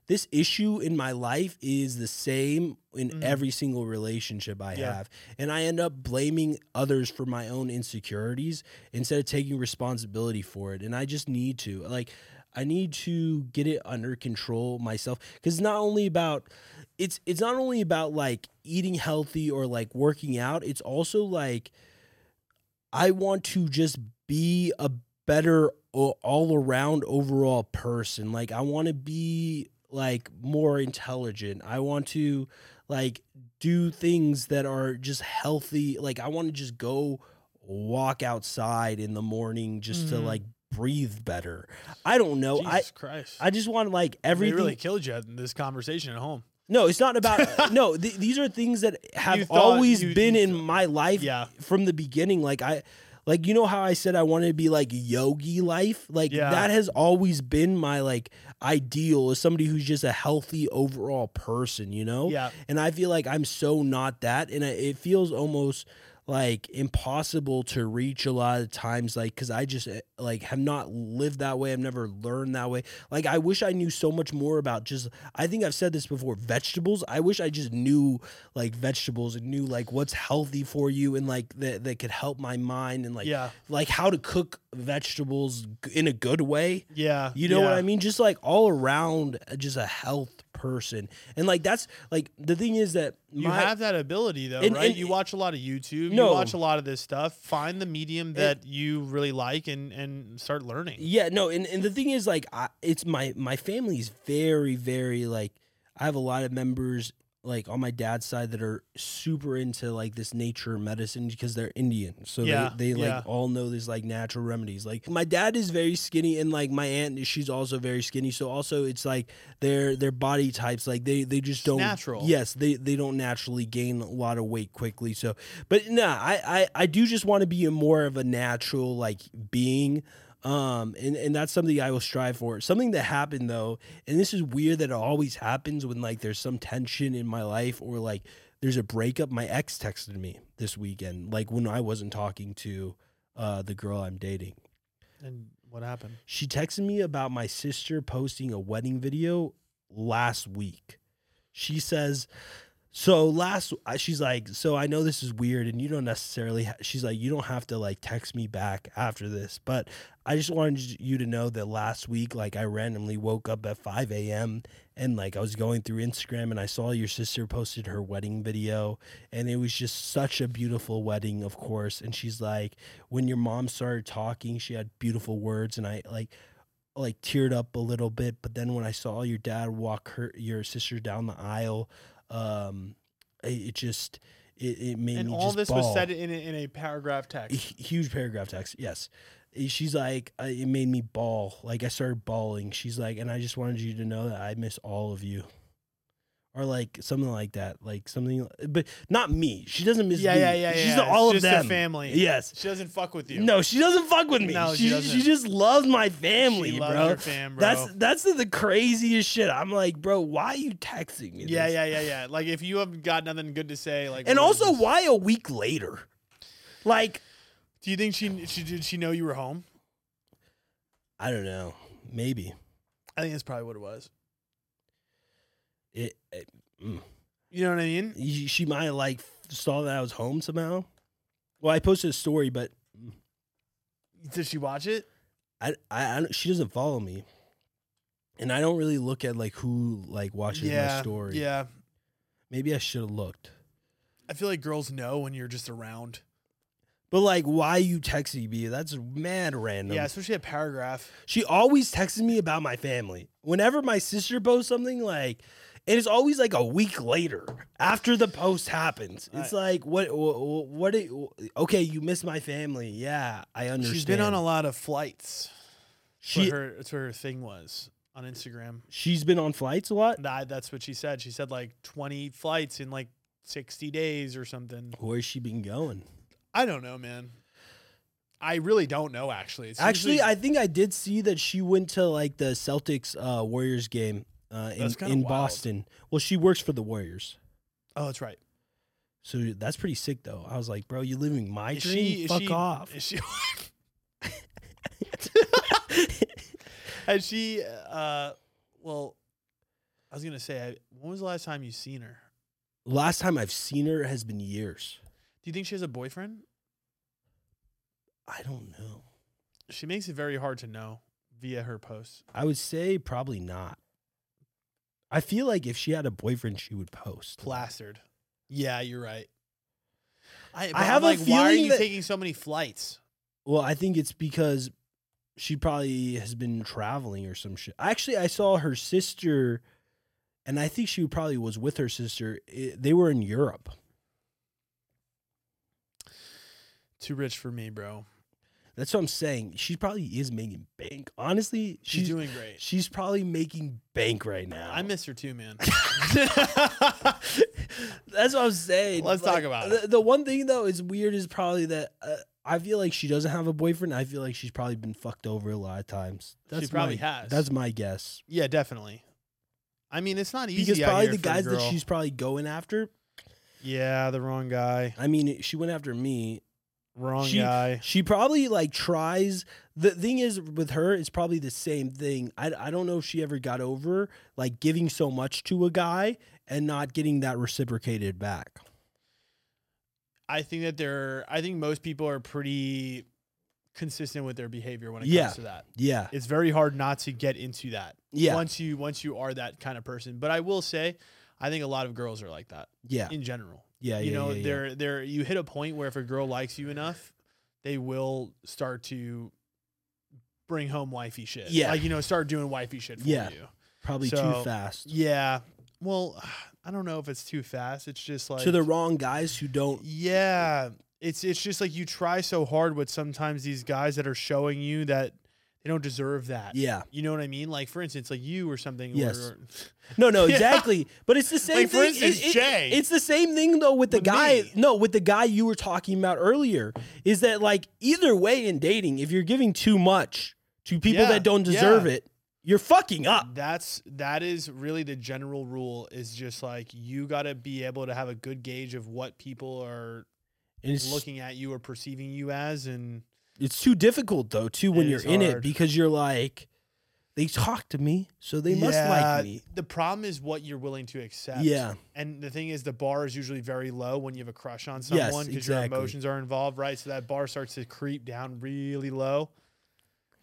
this issue in my life is the same in Mhm. every single relationship I Yeah. have. And I end up blaming others for my own insecurities instead of taking responsibility for it. And I just need to, like, I need to get it under control myself cuz not only about it's it's not only about like eating healthy or like working out, it's also like I want to just be a better all around overall person. Like I want to be like more intelligent. I want to like do things that are just healthy. Like I want to just go walk outside in the morning just to Mhm. like breathe better. I don't know. Jesus I Christ. I just want to like Everything everything. really killed you in this conversation at home. no, it's not about no. Th- these are things that You have thought- always you- been you in thought- my life Yeah, from the beginning like i like you know how i said i wanted to be like yogi life like Yeah. that has always been my like ideal as somebody who's just a healthy overall person you know yeah. and i feel like i'm so not that and I, it feels almost like impossible to reach a lot of times like because i just eh, like have not lived that way i've never learned that way like i wish i knew so much more about just i think i've said this before vegetables i wish i just knew like vegetables and knew like what's healthy for you and like that that could help my mind and like yeah, like how to cook vegetables g- in a good way yeah. you know what yeah. I mean? Just like all around, uh, just a health person. And like that's like the thing is that You my, have that ability though, And- right? and- you watch a lot of YouTube. No. You watch a lot of this stuff. Find the medium that you really like and and start learning. yeah no, and, and the thing is like I, it's my my family is very very like I have a lot of members like on my dad's side that are super into like this nature medicine because they're Indian, so Yeah, they they like yeah. all know these like natural remedies. Like my dad is very skinny, and like my aunt she's also very skinny, so also it's like their their body types like they they just don't natural. Yeah, yes, they they don't naturally gain a lot of weight quickly. So, but nah, I I, I do just want to be a more of a natural like being. Um, and, and that's something I will strive for. Something that happened though, and this is weird that it always happens when like there's some tension in my life or like there's a breakup. My ex texted me this weekend, like when I wasn't talking to uh, the girl I'm dating. And what happened? She texted me about my sister posting a wedding video last week. She says, so last I- she's like, so I know this is weird and you don't necessarily ha-. she's like you don't have to like text me back after this, but I just wanted you to know that last week like I randomly woke up at 5 a.m. and like I was going through Instagram and I saw your sister posted her wedding video and it was just such a beautiful wedding, of course. And she's like, when your mom started talking, she had beautiful words, and I like like teared up a little bit. But then when I saw your dad walk her your sister down the aisle, um, it, it just it, it made and me all just this was bawl. said in a, in a paragraph Hu- text. huge paragraph text. Yes. Eh, She's like, I- it made me bawl. Like I started bawling. She's like, and I just wanted you to know that I miss all of you. Or like something like that, like something, but not me. She doesn't miss Yeah, me. yeah, yeah, She's yeah. the- It's all just of her them. family. Yes. She doesn't fuck with you. No, she doesn't fuck with me. No, she she, she, doesn't. just loves my She family, loves bro. your fam, bro. That's that's the, the craziest shit. I'm like, bro, why are you texting me? yeah, this? yeah, yeah, yeah. Like if you haven't got nothing good to say, like And what is also, this? why a week later? Like, do you think she she did she know you were home? I don't know. Maybe I think that's probably what it was. it. it mm. You know what I mean? Y- She might have, like saw that I was home somehow. Well, I posted a story, but Did she watch it? I, I, I don't- she doesn't follow me, and I don't really look at like who like watches yeah. my story. Yeah. Maybe I should have looked. I feel like girls know when you're just around. But like, why you texting me? That's mad random. Yeah, especially a paragraph. She always texts me about my family. Whenever my sister posts something, like it is always like a week later after the post happens. It's like what what, what do you- okay, you miss my family. Yeah, I understand. She's been on a lot of flights. That's what she her, that's what her thing was on Instagram. she's been on flights a lot. That, that's what she said. She said like 20 flights in like 60 days or something. Where's she been going? I don't know, man. I really don't know, actually. It's Actually, usually- I think I did see that she went to like the Celtics uh, Warriors game uh, in, That's kinda in wild. Boston. Well, she works for the Warriors. Oh, that's right. So that's pretty sick, though. I was like, bro, you living my Is dream? she- is Fuck she- eh, off. Is she, has she, uh, well, I was going to say, I- when was the last time you seen her? Last time I've seen her has been years. Do you think she has a boyfriend? I don't know. She makes it very hard to know via her posts. I would say probably not. I feel like if she had a boyfriend, she would post. Plastered. Yeah, you're right. I, but I I'm have a like, why are feeling you that- taking so many flights? Well, I think it's because she probably has been traveling or some shit. Actually, I saw her sister, and I think she probably was with her sister. i they were in Europe. Too rich for me, bro. That's what I'm saying. She probably is making bank. Honestly, She's, she's doing great. she's probably making bank right now. I miss her too, man. That's what I'm saying. Let's talk about the, The one thing though is weird is probably that uh, I feel like she doesn't have a boyfriend. I feel like she's probably been fucked over a lot of times. That's probably my, has. That's my guess. yeah, definitely. I mean, it's not easy. Because out probably here the for a guys that girl. she's probably going after. Yeah, the wrong guy. I mean, she went after me. Wrong she, guy. She probably like tries. The thing is with her, it's probably the same thing. I, I don't know if she ever got over like giving so much to a guy and not getting that reciprocated back. I think that they're. I think most people are pretty consistent with their behavior when it Yeah. comes to that. Yeah. It's very hard not to get into that Yeah. once you once you are that kind of person. But I will say, I think a lot of girls are like that yeah. in general. Yeah. you yeah, know, yeah, yeah. they're they're you hit a point where if a girl likes you enough, they will start to bring home wifey shit. Yeah. like you know, start doing wifey shit for Yeah. you. probably so- too fast. Yeah. Well, I don't know if it's too fast. It's just like to the wrong guys who don't. yeah. It's it's just like you try so hard with sometimes these guys that are showing you that they don't deserve that. Yeah. You know what I mean? Like for instance, like you or something. Yes. Or, No, no, Yeah. exactly. But it's the same Like, thing. for instance, it- it- Jay. It's the same thing though with the With guy. me. No, with the guy you were talking about earlier is that like either way in dating, if you're giving too much to people Yeah, that don't deserve yeah. it, you're fucking up. that's that is really the general rule is just like you got to be able to have a good gauge of what people are And it's looking at you or perceiving you as and it's too difficult though too when It you're is in it hard. because you're like they talk to me, so they must Yeah, like me. The problem is what you're willing to accept. Yeah. And the thing is the bar is usually very low when you have a crush on someone Yes, because exactly. your emotions are involved, right? So that bar starts to creep down really low.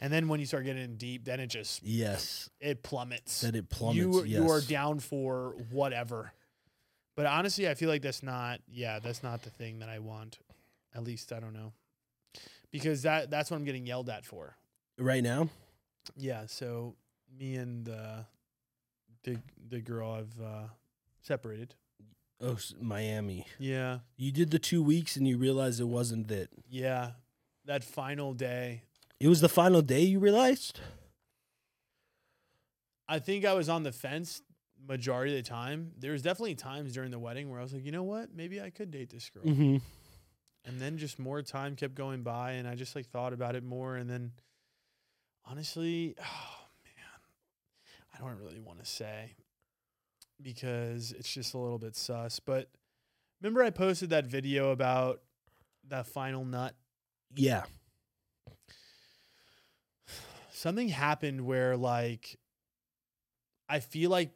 And then when you start getting in deep, then it just Yes, it plummets. that it plummets. you yes. you are down for whatever. But honestly, I feel like that's not yeah, that's not the thing that I want. At least I don't know. Because that that's what I'm getting yelled at for. right now. Yeah, so me and the the the girl I've uh separated. Oh, s- Miami. Yeah. You did the two weeks and you realized it wasn't it. Yeah. That final day. It was the final day you realized? I think I was on the fence majority of the time. There was definitely times during the wedding where I was like, "You know what? Maybe I could date this girl." Mm-hmm. And then just more time kept going by and I just like thought about it more and then honestly, oh man. I don't really want to say because it's just a little bit sus, but remember I posted that video about that final nut Yeah. something happened where like I feel like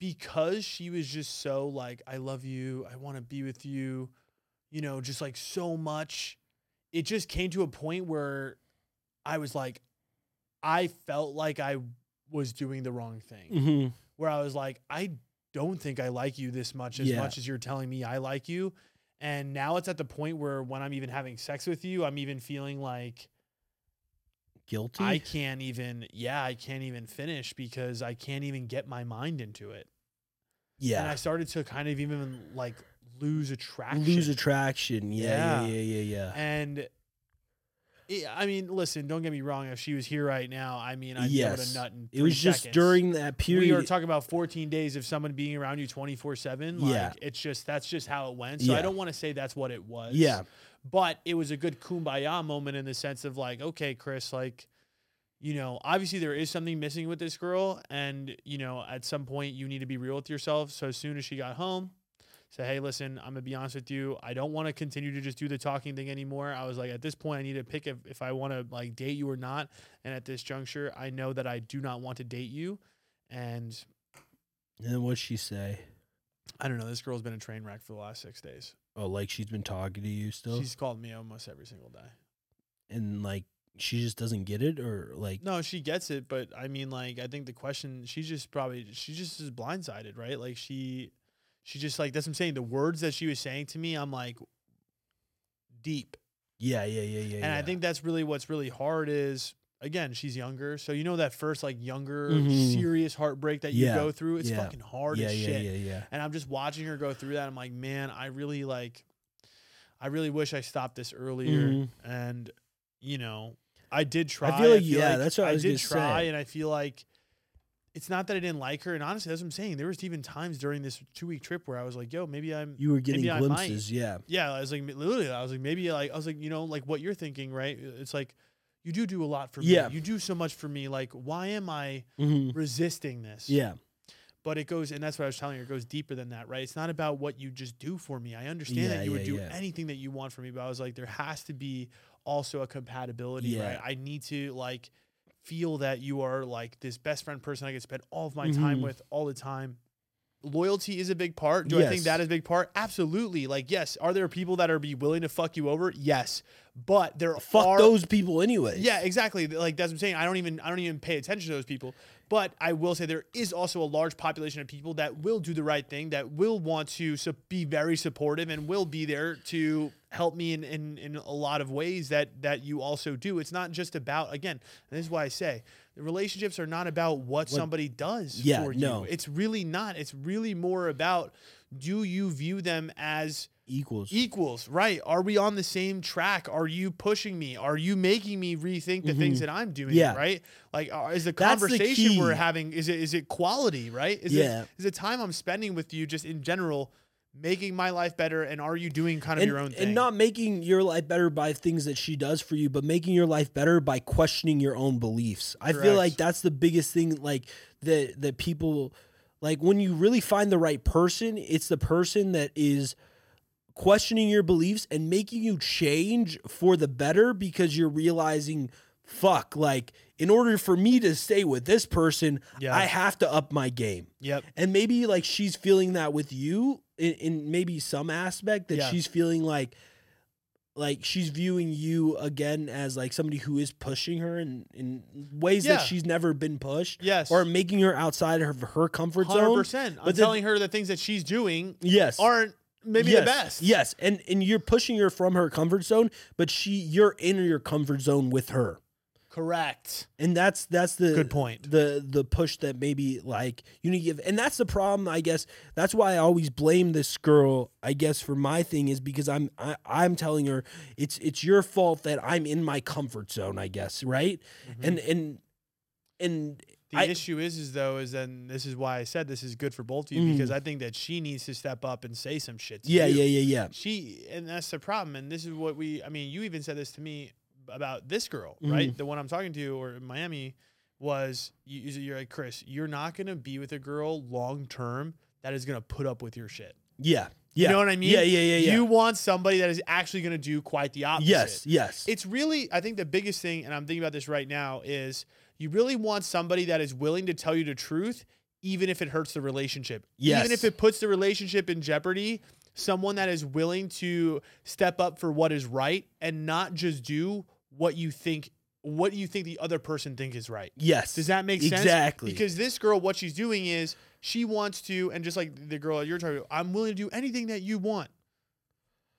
because she was just so like I love you, I want to be with you, you know, just like so much. It just came to a point where I was like I felt like I was doing the wrong thing. Mm-hmm. Where I was like I don't think I like you this much as Yeah. much as you're telling me I like you. And now it's at the point where when I'm even having sex with you, I'm even feeling like Guilty. I can't even, yeah, I can't even finish because I can't even get my mind into it. And yeah. I started to kind of even like lose attraction. Lose attraction. Yeah. Yeah. Yeah. Yeah. Yeah. Yeah. and it, I mean, listen, don't get me wrong. If she was here right now, I mean, I'd be able to Yes. nut in it was three just seconds. during that period. We are talking about 14 days of someone being around you 24 7. Like, Yeah. it's just, that's just how it went. So I Yeah. don't want to say that's what it was. yeah. but it was a good kumbaya moment in the sense of like, okay, Chris, like, you know, obviously there is something missing with this girl, and you know, at some point you need to be real with yourself. So as soon as she got home, say, hey, listen, I'm gonna be honest with you. I don't want to continue to just do the talking thing anymore. I was like, at this point, I need to pick if, if I want to like date you or not. And at this juncture, I know that I do not want to date you. And And what'd she say? I don't know, this girl's been a train wreck for the last six days. Oh, like she's been talking to you still, She's called me almost every single day. and like she just doesn't get it, or like No, she gets it, but I mean, like, I think the question she's just probably she just is blindsided, right? Like she, she just like that's what I'm saying. The words that she was saying to me, I'm like deep, yeah, yeah, yeah, yeah. and I yeah. think that's really what's really hard is again she's younger, so you know that first like younger Mhm. serious heartbreak that you Yeah, go through, it's yeah. fucking hard yeah, as yeah, shit. yeah, yeah, And I'm just watching her go through that. I'm like, man, I really like, I really wish I stopped this earlier. Mhm. And you know, I did try. feel like- yeah, that's what I was did gonna try, say. and I feel like it's not that I didn't like her. And honestly, that's what I'm saying. There was even times during this two week trip where I was like, yo, maybe I'm. You were getting Maybe I might. glimpses, yeah, yeah, I was like, literally, I was like, maybe like I was like, you know, like what you're thinking, right? It's like. You do do a lot for me. Yeah. You do so much for me. Like, why am I mm-hmm. resisting this? yeah, but it goes and that's what i was telling you it goes deeper than that right it's not about what you just do for me i understand Yeah, that you would yeah, do yeah. anything that you want for me but i was like there has to be also a compatibility Yeah. right i need to like feel that you are like this best friend person i can spend all of my time Mhm. with all the time loyalty is a big part do i think Yes. that is a big part absolutely like yes are there people that are be willing to fuck you over yes but there fuck are those people anyway. yeah, exactly. Th- Like that's what I'm saying. I don't even I don't even pay attention to those people. But I will say there is also a large population of people that will do the right thing, that will want to su- be very supportive and will be there to help me in, in in a lot of ways that that you also do. It's not just about again, and this is why I say the relationships are not about what, somebody does Yeah, for no. you. It's really not. It's really more about do you view them as equals. equals right are we on the same track are you pushing me are you making me rethink the things Mhm. that i'm doing Yeah. right like uh, is the That's the conversation we're key. having is it is it quality right is Yeah. it is the time i'm spending with you just in general making my life better and are you doing kind of and, your own and thing not making your life better by things that she does for you, but making your life better by questioning your own beliefs. I feel Correct. like that's the biggest thing. Like that that people like when you really find the right person, it's the person that is questioning your beliefs and making you change for the better because you're realizing fuck like in order for me to stay with this person Yeah. i have to up my game yep and maybe like she's feeling that with you in, in maybe some aspect that Yeah. she's feeling like like she's viewing you again as like somebody who is pushing her in, in ways Yeah. that she's never been pushed yes or making her outside of her comfort zone 100% i'm but the- telling her the things that she's doing yes aren't maybe yes. the best yes and and you're pushing her from her comfort zone but she you're in your comfort zone with her correct and that's that's the good point the the push that maybe like you need to give and that's the problem i guess that's why i always blame this girl i guess for my thing is because i'm I, i'm telling her it's it's your fault that i'm in my comfort zone i guess right Mm-hmm. and and and The I- issue is, is though, is then this is why I said this is good for both of you Mm. because I think that she needs to step up and say some shit. To yeah you. yeah yeah yeah She and that's the problem, and this is what we. I mean, you even said this to me about this girl, Mm-hmm. right? The one I'm talking to, or in Miami, was you, you- you're like Chris. You're not gonna be with a girl long term that is gonna put up with your shit. yeah You know what I mean? Yeah, yeah, yeah, yeah. You want somebody that is actually going to do quite the opposite. yes, yes. It's really, I think the biggest thing, and I'm thinking about this right now, is you really want somebody that is willing to tell you the truth, even if it hurts the relationship. Yes. Even if it puts the relationship in jeopardy, someone that is willing to step up for what is right and not just do what you think what you think the other person think is right. yes. Does that make sense? Exactly. Because this girl, what she's doing is she wants to, and just like the girl you're talking about, I'm willing to do anything that you want.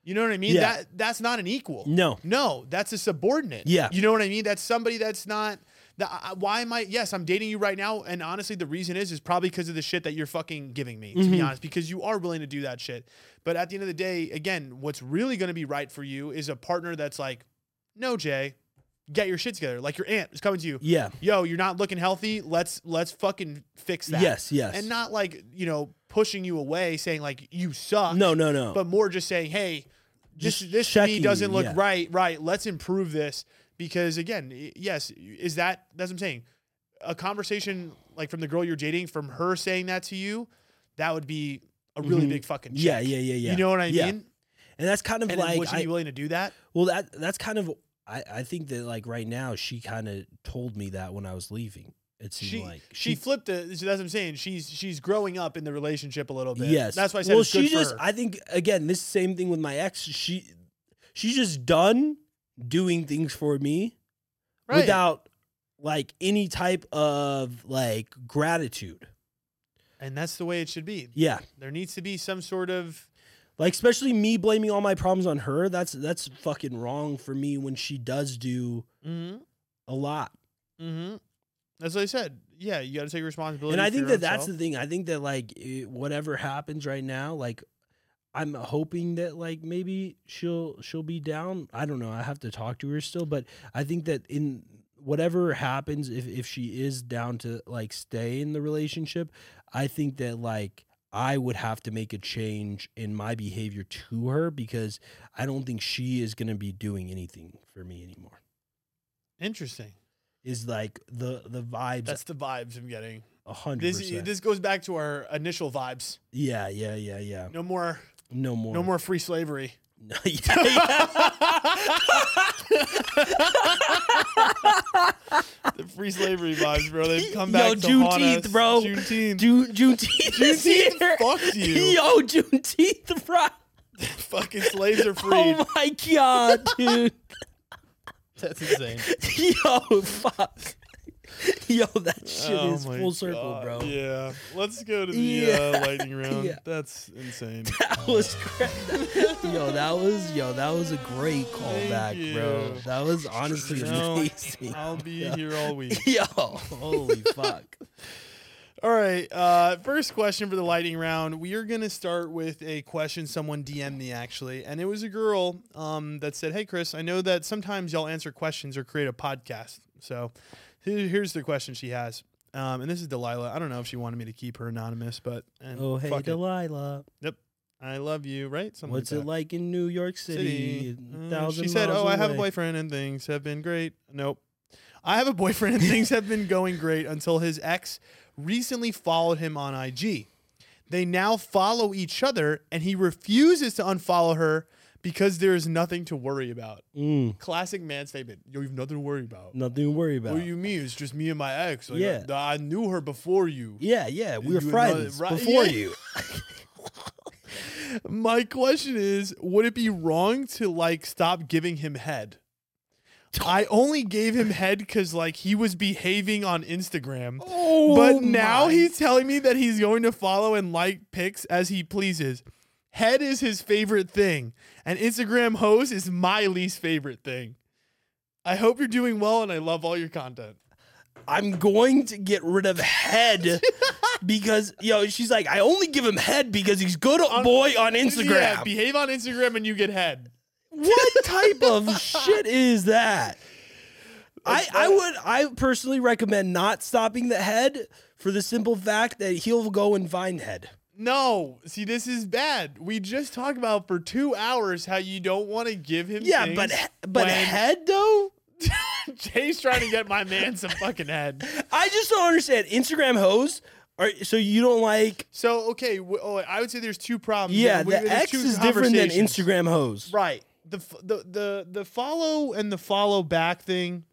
You know what I mean? Yeah. That that's not an equal. no. No, that's a subordinate. Yeah. You know what I mean? That's somebody that's not. That I, I- why am I? Yes, I'm dating you right now, and honestly, the reason is is probably because of the shit that you're fucking giving me. To be Mhm. honest, because you are willing to do that shit. But at the end of the day, again, what's really going to be right for you is a partner that's like, no, Jay, get your shit together. Like your aunt is coming to you. Yeah. Yo, you're not looking healthy. Let's let's fucking fix that. Yes, yes. And not like you know pushing you away, saying like you suck no, no, no. but more just saying, hey, this Just this to me checking doesn't you, look yeah. right. Right, let's improve this because again, y- yes, is that that's what I'm saying. A conversation like from the girl you're dating, from her saying that to you, that would be a really Mhm. big fucking check. yeah, yeah, yeah, yeah. You know what I Yeah. mean? and that's kind of And like would she I- be willing to do that? Well, that that's kind of I, I think that like right now she kind of told me that when I was leaving. It seemed She, like she flipped the. That's what I'm saying. She's she's growing up in the relationship a little bit. yes. that's why I said well, it's good she for just her. I think again this same thing with my ex. She she's just done doing things for me Right. without like any type of like gratitude. and that's the way it should be. Yeah, There needs to be some sort of like especially me blaming all my problems on her. That's that's fucking wrong for me when she does do mm, a lot. Mm-hmm. That's what I said. Yeah, you got to take responsibility. and I for think your that that's own the thing. I think that like it, whatever happens right now, like I'm hoping that like maybe she'll she'll be down. I don't know. I have to talk to her still, but I think that in whatever happens, if if she is down to like stay in the relationship, I think that like. I would have to make a change in my behavior to her because I don't think she is going to be doing anything for me anymore. self. Interesting. Is like the the vibes That's the vibes I'm getting. a hundred This percent. this goes back to our initial vibes. Yeah, yeah, yeah, yeah. No more, No more. no more free slavery. No, yeah, yeah. The free slavery vibes, bro. They've come Yo, back. to haunt Juneteenth, us. bro. Juneteenth. Ju- Juneteenth. this Juneteenth year. fucks you. Yo, Juneteenth, bro. Fucking slaves are freed. Oh my god, dude. That's insane. Yo, fuck. Yo, that shit Oh is my full circle, God. bro. Yeah. Let's go to the Yeah. uh, lightning round. Yeah. That's insane. That was great. yo, that was yo, that was a great callback, Thank bro. you. That was honestly No, amazing. I'll be here all week. Yo, holy fuck. All right. Uh, first question for the lightning round. We are going to start with a question someone DM'd me actually, and it was a girl um, that said, "Hey Chris, I know that sometimes y'all answer questions or create a podcast. So here- here's the question she has." Um, and this is Delilah. I don't know if she wanted me to keep her anonymous, but and Oh hey fuck it. Delilah. I love you, right? Something What's like it like in New York that. City? A Uh, thousand she said, miles "Oh, I have a away." boyfriend and things have been great." Nope. I have a boyfriend and things have been going great until his ex recently followed him on IG. They now follow each other and he refuses to unfollow her because there is nothing to worry about. Mm, Classic man statement. Yo, you've nothing to worry about. nothing to worry about. What do you mean? It's just me and my ex. Like, Yeah. I, I knew her before you. Yeah, yeah, we were You know- friends right- before yeah. you. My question is, would it be wrong to like stop giving him head? I only gave him head because like he was behaving on Instagram. Oh, but now he's telling me that he's going to follow and like pics as he pleases. Head is his favorite thing, and Instagram hose is my least favorite thing. I hope you're doing well, and I love all your content. I'm going to get rid of head because yo, she's like, I only give him head because he's good boy on Yeah, Instagram. behave on Instagram, and you get head. what type of shit is that? I, That's I not- would I personally recommend not stopping the head for the simple fact that he'll go and find head. No, see, this is bad. We just talked about for two hours how you don't want to give him. Yeah, but things but when- head though? Jay's trying to get my man some fucking head. I just don't understand Instagram hoes All right, so you don't like? So okay, w- oh, I would say there's two problems. Yeah, and we- the there's X two is different than conversations. Instagram hose. Right. The f- the the the follow and the follow back thing.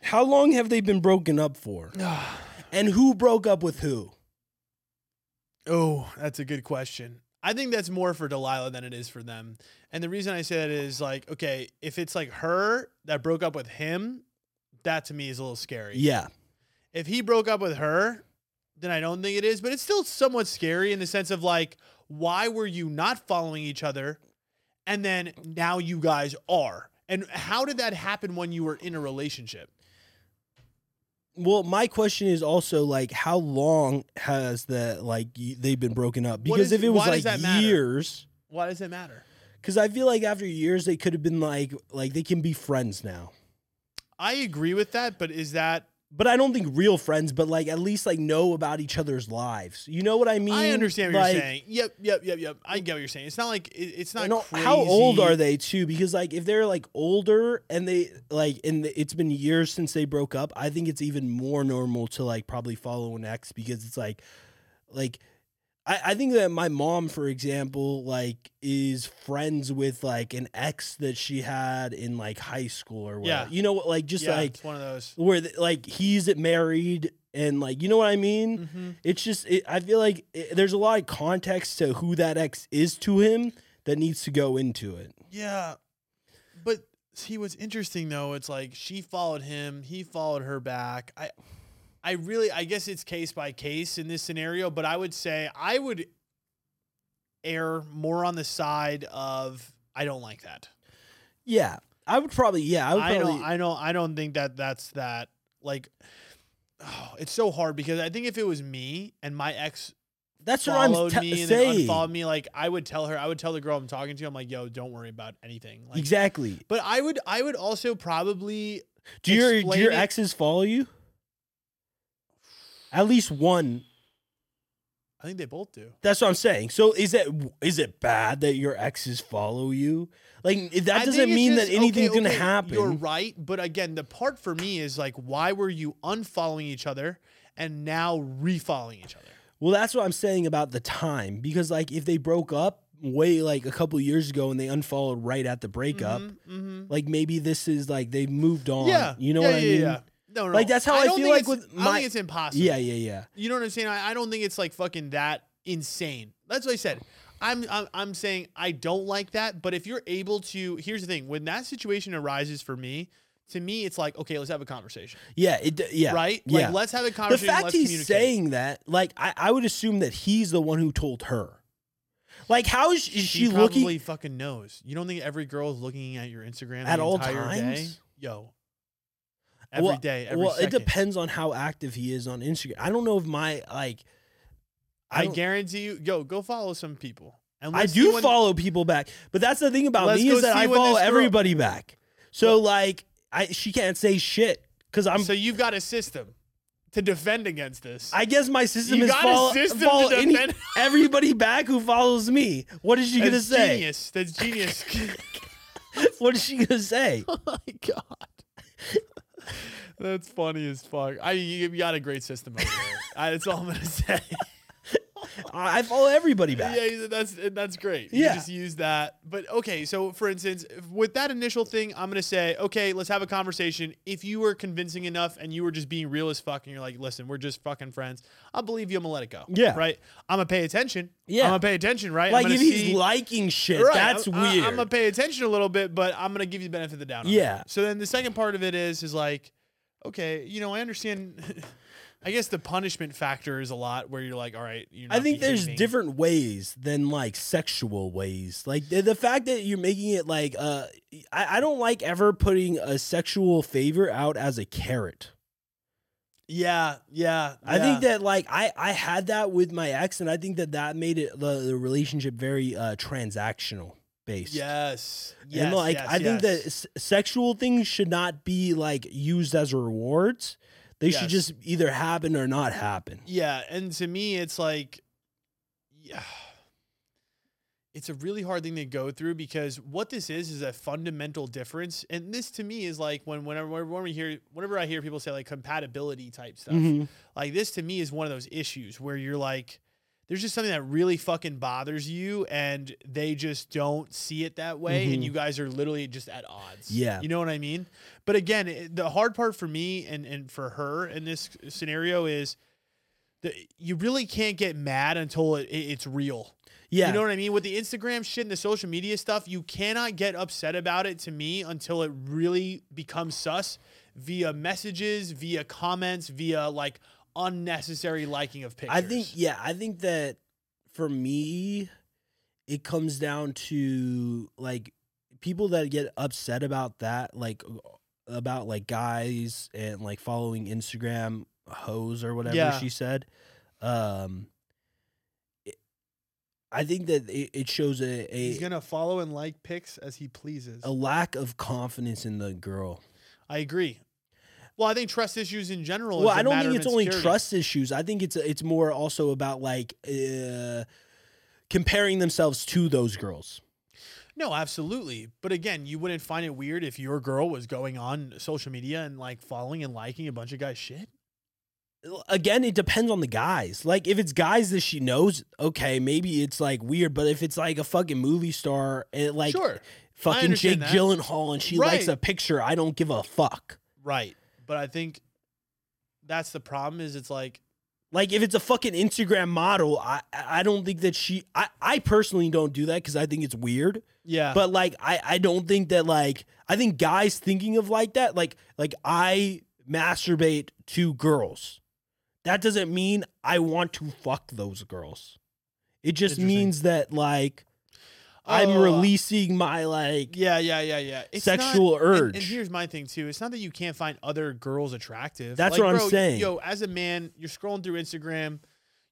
How long have they been broken up for? And who broke up with who? Oh, that's a good question. I think that's more for Delilah than it is for them. And the reason I say that is like, okay, if it's like her that broke up with him, that to me is a little scary. Yeah, If he broke up with her, then I don't think it is, but it's still somewhat scary in the sense of like, why were you not following each other? And then now you guys are. And how did that happen when you were in a relationship? Well, my question is also like, how long has the like y- they've been broken up? What Because is- if it was why does like that matter? years, Why does it matter? because I feel like after years they could have been like like they can be friends now. I agree with that, but is that But I don't think real friends, but like at least like know about each other's lives. You know what I mean? I understand what Like, you're saying. Yep, yep, yep, yep. I get what you're saying. It's not like it, it's not. and al- how old crazy. are they too? Because like if they're like older and they like and th- it's been years since they broke up, I think it's even more normal to like probably follow an ex because it's like like I, I think that my mom, for example, like is friends with like an ex that she had in like high school or whatever. Yeah. You know what like just yeah, like it's one of those. where th- like he's married and like you know what I mean? hmm it's just it, i feel like it, there's a lot of context to who that ex is to him that needs to go into it Yeah, but see, what's interesting though, it's like she followed him, he followed her back. I, I really, I guess it's case by case in this scenario, but I would say I would err more on the side of I don't like that. yeah i would probably yeah i would I probably don't, I don't, I don't think that that's that. Like, oh, it's so hard because I think if it was me and my ex that's what i'm followed t- me and then saying unfollowed me, like I would tell her, I would tell the girl I'm talking to, I'm like, yo, don't worry about anything. Like, exactly But I would, I would also probably, do your do explain your it- exes follow you at least one I think they both do. that's what i'm saying so is that is it bad that your exes follow you like if that I think doesn't it's mean just, that anything's okay, gonna okay, happen You're right, but again, the part for me is like, why were you unfollowing each other and now refollowing each other? Well, that's what I'm saying about the time because like if they broke up way like a couple years ago and they unfollowed right at the breakup, Mm-hmm. like maybe this is like they've moved on. Yeah, you know yeah, what I yeah, mean? Yeah. No, no, Like, that's how I don't think feel like it's- with I don't my- think it's impossible. yeah, yeah, yeah. You know what I'm saying? I, I don't think it's like fucking that insane. That's what I said. I'm, I'm I'm saying I don't like that, but if you're able to, here's the thing: when that situation arises for me, to me, it's like okay, let's have a conversation, Yeah, it d- yeah. right? Yeah. Like let's have a the conversation. fact let's he's communicate. saying that, like I, I would assume that he's the one who told her. Like how is, is she, she, probably looking fucking knows. You don't think every girl is looking at your Instagram At the all entire Day? times? Yo, every Well- day, every Well, second. it depends on how active he is on Instagram. I don't know if my like I, don't- guarantee you. Yo, go follow some people. And I let's see do when- follow people back, but that's the thing about Let's me go is that see I when follow this girl- everybody back. So like, I she can't say shit because I'm. So you've got a system to defend against this. I guess my system You is got a follow, system follow to any- defend- everybody back who follows me. What is she gonna That's say? genius. That's genius. What is she gonna say? oh my god. That's funny as fuck. I you, you got a great system over there. I, that's all I'm gonna say. I I follow everybody back. yeah, that's that's great. You Yeah. just use that. But okay, so for instance, if- with that initial thing, I'm gonna say, okay, let's have a conversation. If you were convincing enough and you were just being real as fuck, and you're like, listen, we're just fucking friends. I believe you. I'm gonna let it go. Yeah. Right. I'm gonna pay attention. Yeah. I'm gonna pay attention. Right. I'm Like gonna if he's see- liking shit, Right, that's I'm, I- weird. I'm gonna pay attention a little bit, but I'm gonna give you the benefit of the doubt. on Yeah. that. So then the second part of it is is like, okay, you know, I understand. I guess the punishment factor is a lot where you're like, all right, you're I not think there's behaving. different ways than like sexual ways. Like the, the fact that you're making it like uh, I, I don't like ever putting a sexual favor out as a carrot. Yeah, yeah. I yeah. think that like I I had that with my ex, and I think that that made it the, the relationship very uh, transactional based. Yes. Yes. and like yes, I yes. think that s- sexual things should not be like used as rewards. They should Yes. just either happen or not happen. Yeah, and to me, it's like, yeah. it's a really hard thing to go through because what this is is a fundamental difference. And this to me is like when whenever when we hear whenever I hear people say like compatibility type stuff, Mhm. like this to me is one of those issues where you're like, there's just something that really fucking bothers you, and they just don't see it that way, and Mhm. you guys are literally just at odds. Yeah. you know what I mean. But again, it, the hard part for me and and for her in this scenario is. that You really can't get mad until it, it, it's real. Yeah. You know what I mean? With the Instagram shit and the social media stuff, you cannot get upset about it to me until it really becomes sus via messages, via comments, via like unnecessary liking of pictures. I think yeah, I think that for me it comes down to like people that get upset about that like uh, about like guys and like following Instagram hoes or whatever Yeah. she said. Um it- I think that it, it shows a he's a, gonna follow and like pics as he pleases. a lack of confidence in the girl. I agree. Well, I think trust issues in general. Well, is a I don't matter think of it's only insecurity. trust issues. I think it's it's more also about like uh, comparing themselves to those girls. No, absolutely. But again, you wouldn't find it weird if your girl was going on social media and like following and liking a bunch of guys' shit. Again, it depends on the guys. Like if it's guys that she knows, okay, maybe it's like weird. But if it's like a fucking movie star and like sure. fucking Jake understand that. Gyllenhaal and she likes Right. a picture, I don't give a fuck. Right. But I think that's the problem is it's like Like if it's a fucking Instagram model, I I don't think that she. I I personally don't do that because I think it's weird. yeah. but like I, I don't think that like I think guys thinking of like that like like I masturbate to girls. That doesn't mean I want to fuck those girls. It just Interesting. means that like I'm Oh, releasing my like Yeah, yeah, yeah, yeah. It's not- sexual and- urge. And, here's my thing too. It's not that you can't find other girls attractive. That's Like, what I'm bro, saying. Yo, as a man, you're scrolling through Instagram,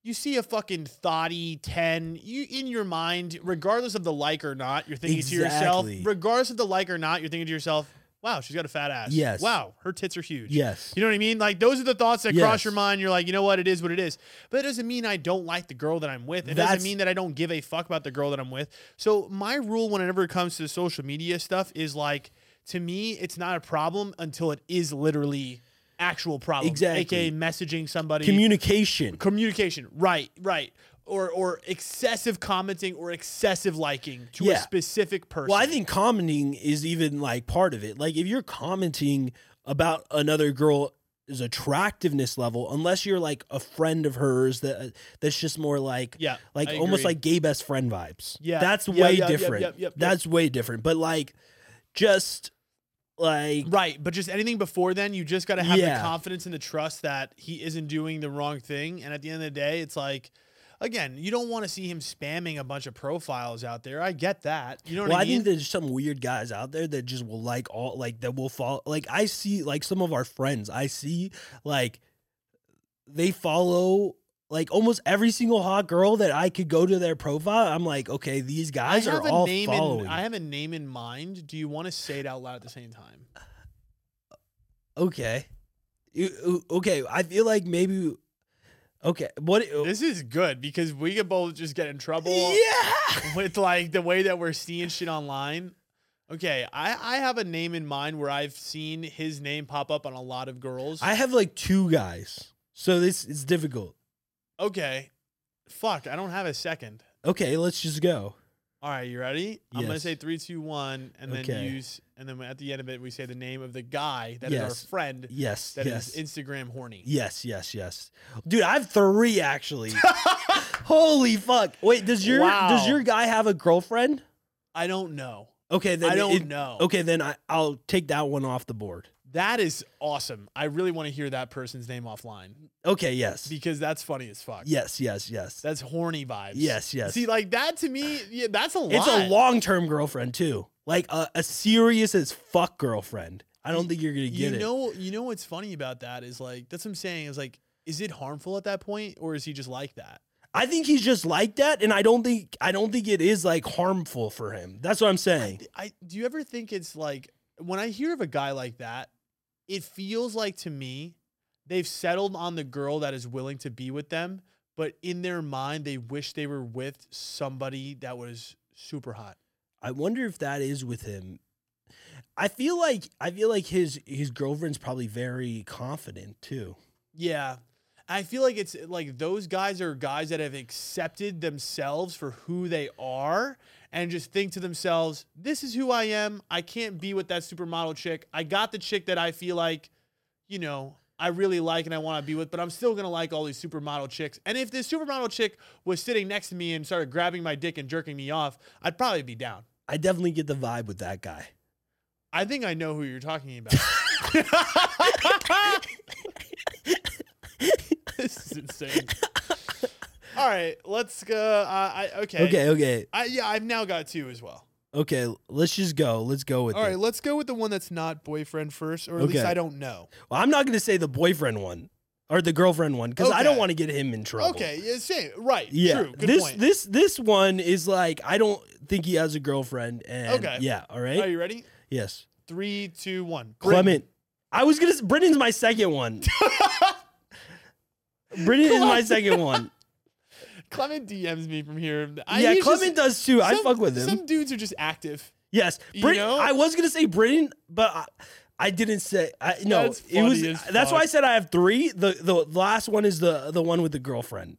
you see a fucking thotty ten. You in your mind, regardless of the like or not, you're thinking to yourself. Exactly. Regardless of the like or not, you're thinking to yourself, "Wow, she's got a fat ass. Yes. Wow, her tits are huge. yes. You know what I mean? Like those are the thoughts that cross Yes. your mind. You're like, you know what? It is what it is. But it doesn't mean I don't like the girl that I'm with. It That's- doesn't mean that I don't give a fuck about the girl that I'm with. So my rule whenever it comes to social media stuff is like, to me, it's not a problem until it is literally actual problem. Exactly. AKA messaging somebody. Communication. communication. Right. Right. Or or excessive commenting or excessive liking to Yeah. a specific person. Well, I think commenting is even like part of it. Like if you're commenting about another girl's attractiveness level, unless you're like a friend of hers that uh, that's just more like Yeah, like I almost agree. like gay best friend vibes. Yeah. that's Yeah, way yeah, yep, different. yep, yep, yep. That's way different. But like, just like Right, but just anything before then, you just got to have Yeah. the confidence and the trust that he isn't doing the wrong thing. And at the end of the day, it's like, again, you don't want to see him spamming a bunch of profiles out there. I get that. You know what well, I, I mean? think there's some weird guys out there that just will like all like that will follow. Like I see like some of our friends, I see like they follow like almost every single hot girl that I could go to their profile. I'm like, okay, these guys are have a all name following. In, I have a name in mind. Do you want to say it out loud at the same time? okay, You- you- okay, I feel like maybe okay. What? This is good because we could both just get in trouble yeah. with like the way that we're seeing shit online. Okay, I, I have a name in mind where I've seen his name pop up on a lot of girls. I have like two guys, so this is difficult. Okay. Fuck, I don't have a second. Okay, let's just go. All right, you ready? I'm gonna Yes. say three, two, one, and then Okay. use, and then at the end of it, we say the name of the guy that is Yes. our friend Yes, that yes. is Instagram horny. Yes, yes, yes. Dude, I have three actually. Holy fuck. Wait, does your Wow. does your guy have a girlfriend? I don't know. Okay, then I don't it- know. Okay, then I, I'll take that one off the board. That is awesome. I really want to hear that person's name offline Okay, yes. because that's funny as fuck. Yes, yes, yes. That's horny vibes. Yes, yes. See, like that to me, yeah, that's a lot. It's a long term girlfriend too. Like a, a serious as fuck girlfriend. I don't think you're gonna You get it. know, you know what's funny about that is like that's what I'm saying is like, is it harmful at that point or is he just like that? I think he's just like that, and I don't think I don't think it is like harmful for him. That's what I'm saying. I do you ever think it's like when I hear of a guy like that, it feels like to me they've settled on the girl that is willing to be with them, but in their mind they wish they were with somebody that was super hot. I wonder if that is with him. I feel like I feel like his his girlfriend's probably very confident too. Yeah. I feel like it's like those guys are guys that have accepted themselves for who they are and just think to themselves, this is who I am. I can't be with that supermodel chick. I got the chick that I feel like, you know, I really like and I want to be with, but I'm still going to like all these supermodel chicks. And if this supermodel chick was sitting next to me and started grabbing my dick and jerking me off, I'd probably be down. I definitely get the vibe with that guy. I think I know who you're talking about. this is insane. All right, let's go. Uh, I okay. Okay, okay, I, yeah, I've now got two as well. okay. Let's just go. Let's go with All it. right, let's go with the one that's not boyfriend first, or at least Okay. I don't know. Well, I'm not going to say the boyfriend one or the girlfriend one because I don't Okay. want to get him in trouble. Okay, yeah, same. Right. Yeah. True. Good this point. this this one is like I don't think he has a girlfriend. And Okay. Yeah. All right. Are you ready? yes. Three, two, one. Clement. I was gonna. s- Brennan's my second one. Brennan is my second one. Clement DMs me from here. I, yeah, he's just- Clement does too. I some- fuck with him. Some dudes are just active. yes, you Brit- know? I was gonna say Britain, but I, I didn't say. I, no, That's it was. funny as That's why I fuck. said I have three. The the last one is the the one with the girlfriend.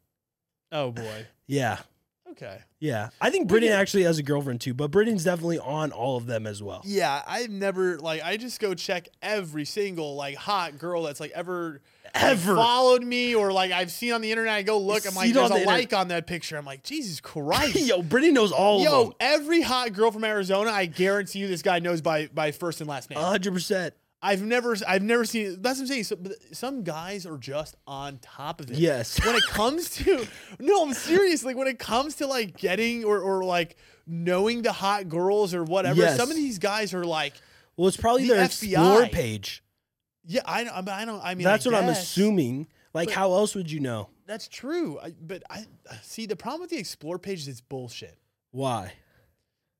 Oh boy. Yeah, Okay. yeah. I think Britain yeah. actually has a girlfriend too, but Britain's definitely on all of them as well. Yeah, I've never like I just go check every single like hot girl that's like ever like, Ever. followed me or like I've seen on the internet. I go look. I'm Seen like, there's on a the internet. like on that picture. I'm like, Jesus Christ. Yo, Britain knows all of Yo, them. every hot girl from Arizona, I guarantee you, this guy knows by by first and last name. hundred percent. I've never, I've never seen. That's what I'm saying. So, but some guys are just on top of it. Yes. When it comes to, no, I'm serious. Like when it comes to like getting or or like knowing the hot girls or whatever, Yes. some of these guys are like, Well, it's probably The their explore FBI. page. yeah, I, I mean, I don't. I mean, That's I what I'm guess assuming. Like, how else would you know? That's true. I, but I see the problem with the explore page is it's bullshit. Why?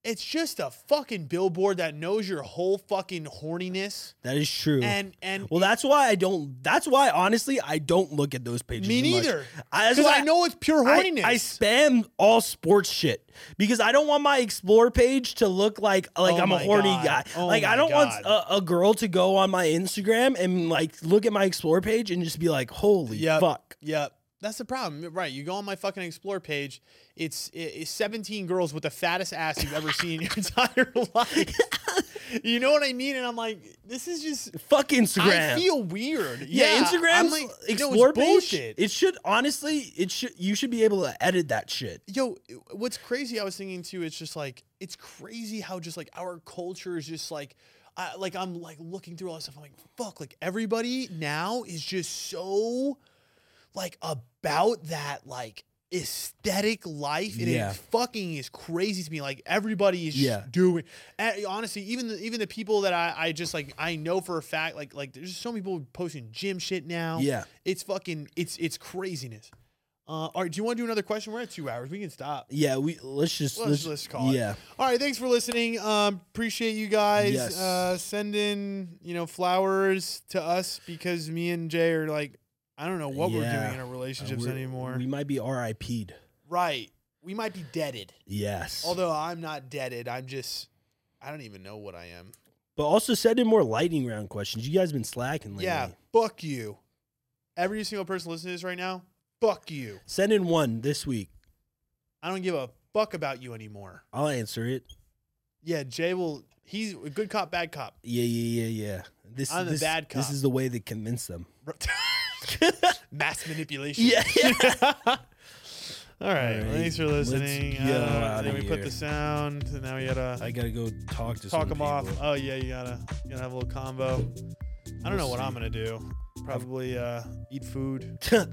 It's just a fucking billboard that knows your whole fucking horniness That is true. and and well, that's why I don't. That's why, honestly, I don't look at those pages. me much. neither. I, that's Because why I know it's pure I, horniness. I spam all sports shit because I don't want my explore page to look like like Oh I'm a my horny God. guy. Oh like I my don't want God. a, a girl to go on my Instagram and like look at my explore page and just be like, "Holy Yep. fuck!" Yep. That's the problem, right? You go on my fucking explore page. It's i- it's 17 girls with the fattest ass you've ever seen in your entire life. you know what I mean? And I'm like, this is just. Fuck Instagram. I feel weird. yeah, Instagram's I'm like, explore no, it's bullshit. page. It should honestly, it should you should be able to edit that shit. Yo, what's crazy? I was thinking too. It's just like it's crazy how just like our culture is just like, I, like I'm like looking through all this stuff. I'm like, fuck. Like everybody now is just so, like about that like aesthetic life, and Yeah. it fucking is crazy to me. Like everybody is Yeah. just doing. and honestly, even the, even the people that I I just like I know for a fact like like there's just so many people posting gym shit now. Yeah. It's fucking it's it's craziness. Uh, all right, do you want to do another question? We're at two hours. We can stop. Yeah, we let's just Let's, let's, call yeah. it. All right, thanks for listening. Um, appreciate you guys. Yes. Uh, send in you know flowers to us because me and Jay are like I don't know what we're Yeah. doing in our relationships We're- anymore. We might be RIP'd. right, we might be deaded. Yes. Although I'm not deaded, I'm just I don't even know what I am. but also send in more lightning round questions. You guys been slacking lately. Yeah, fuck you. Every single person listening to this right now, fuck you. Send in one this week. I don't give a fuck about you anymore. I'll answer it. Yeah, Jay will. He's a good cop, bad cop. Yeah, yeah, yeah, yeah. This I'm the this, bad This cop. is the way to convince them. Mass manipulation. Yeah, All right. All right, Thanks for let's listening. get Uh, outta then we put here. the sound, and now we gotta I gotta go talk to talk some them off. people. Oh yeah, you gotta you gotta have a little combo. I don't know what see. I'm gonna do. Probably uh, eat food.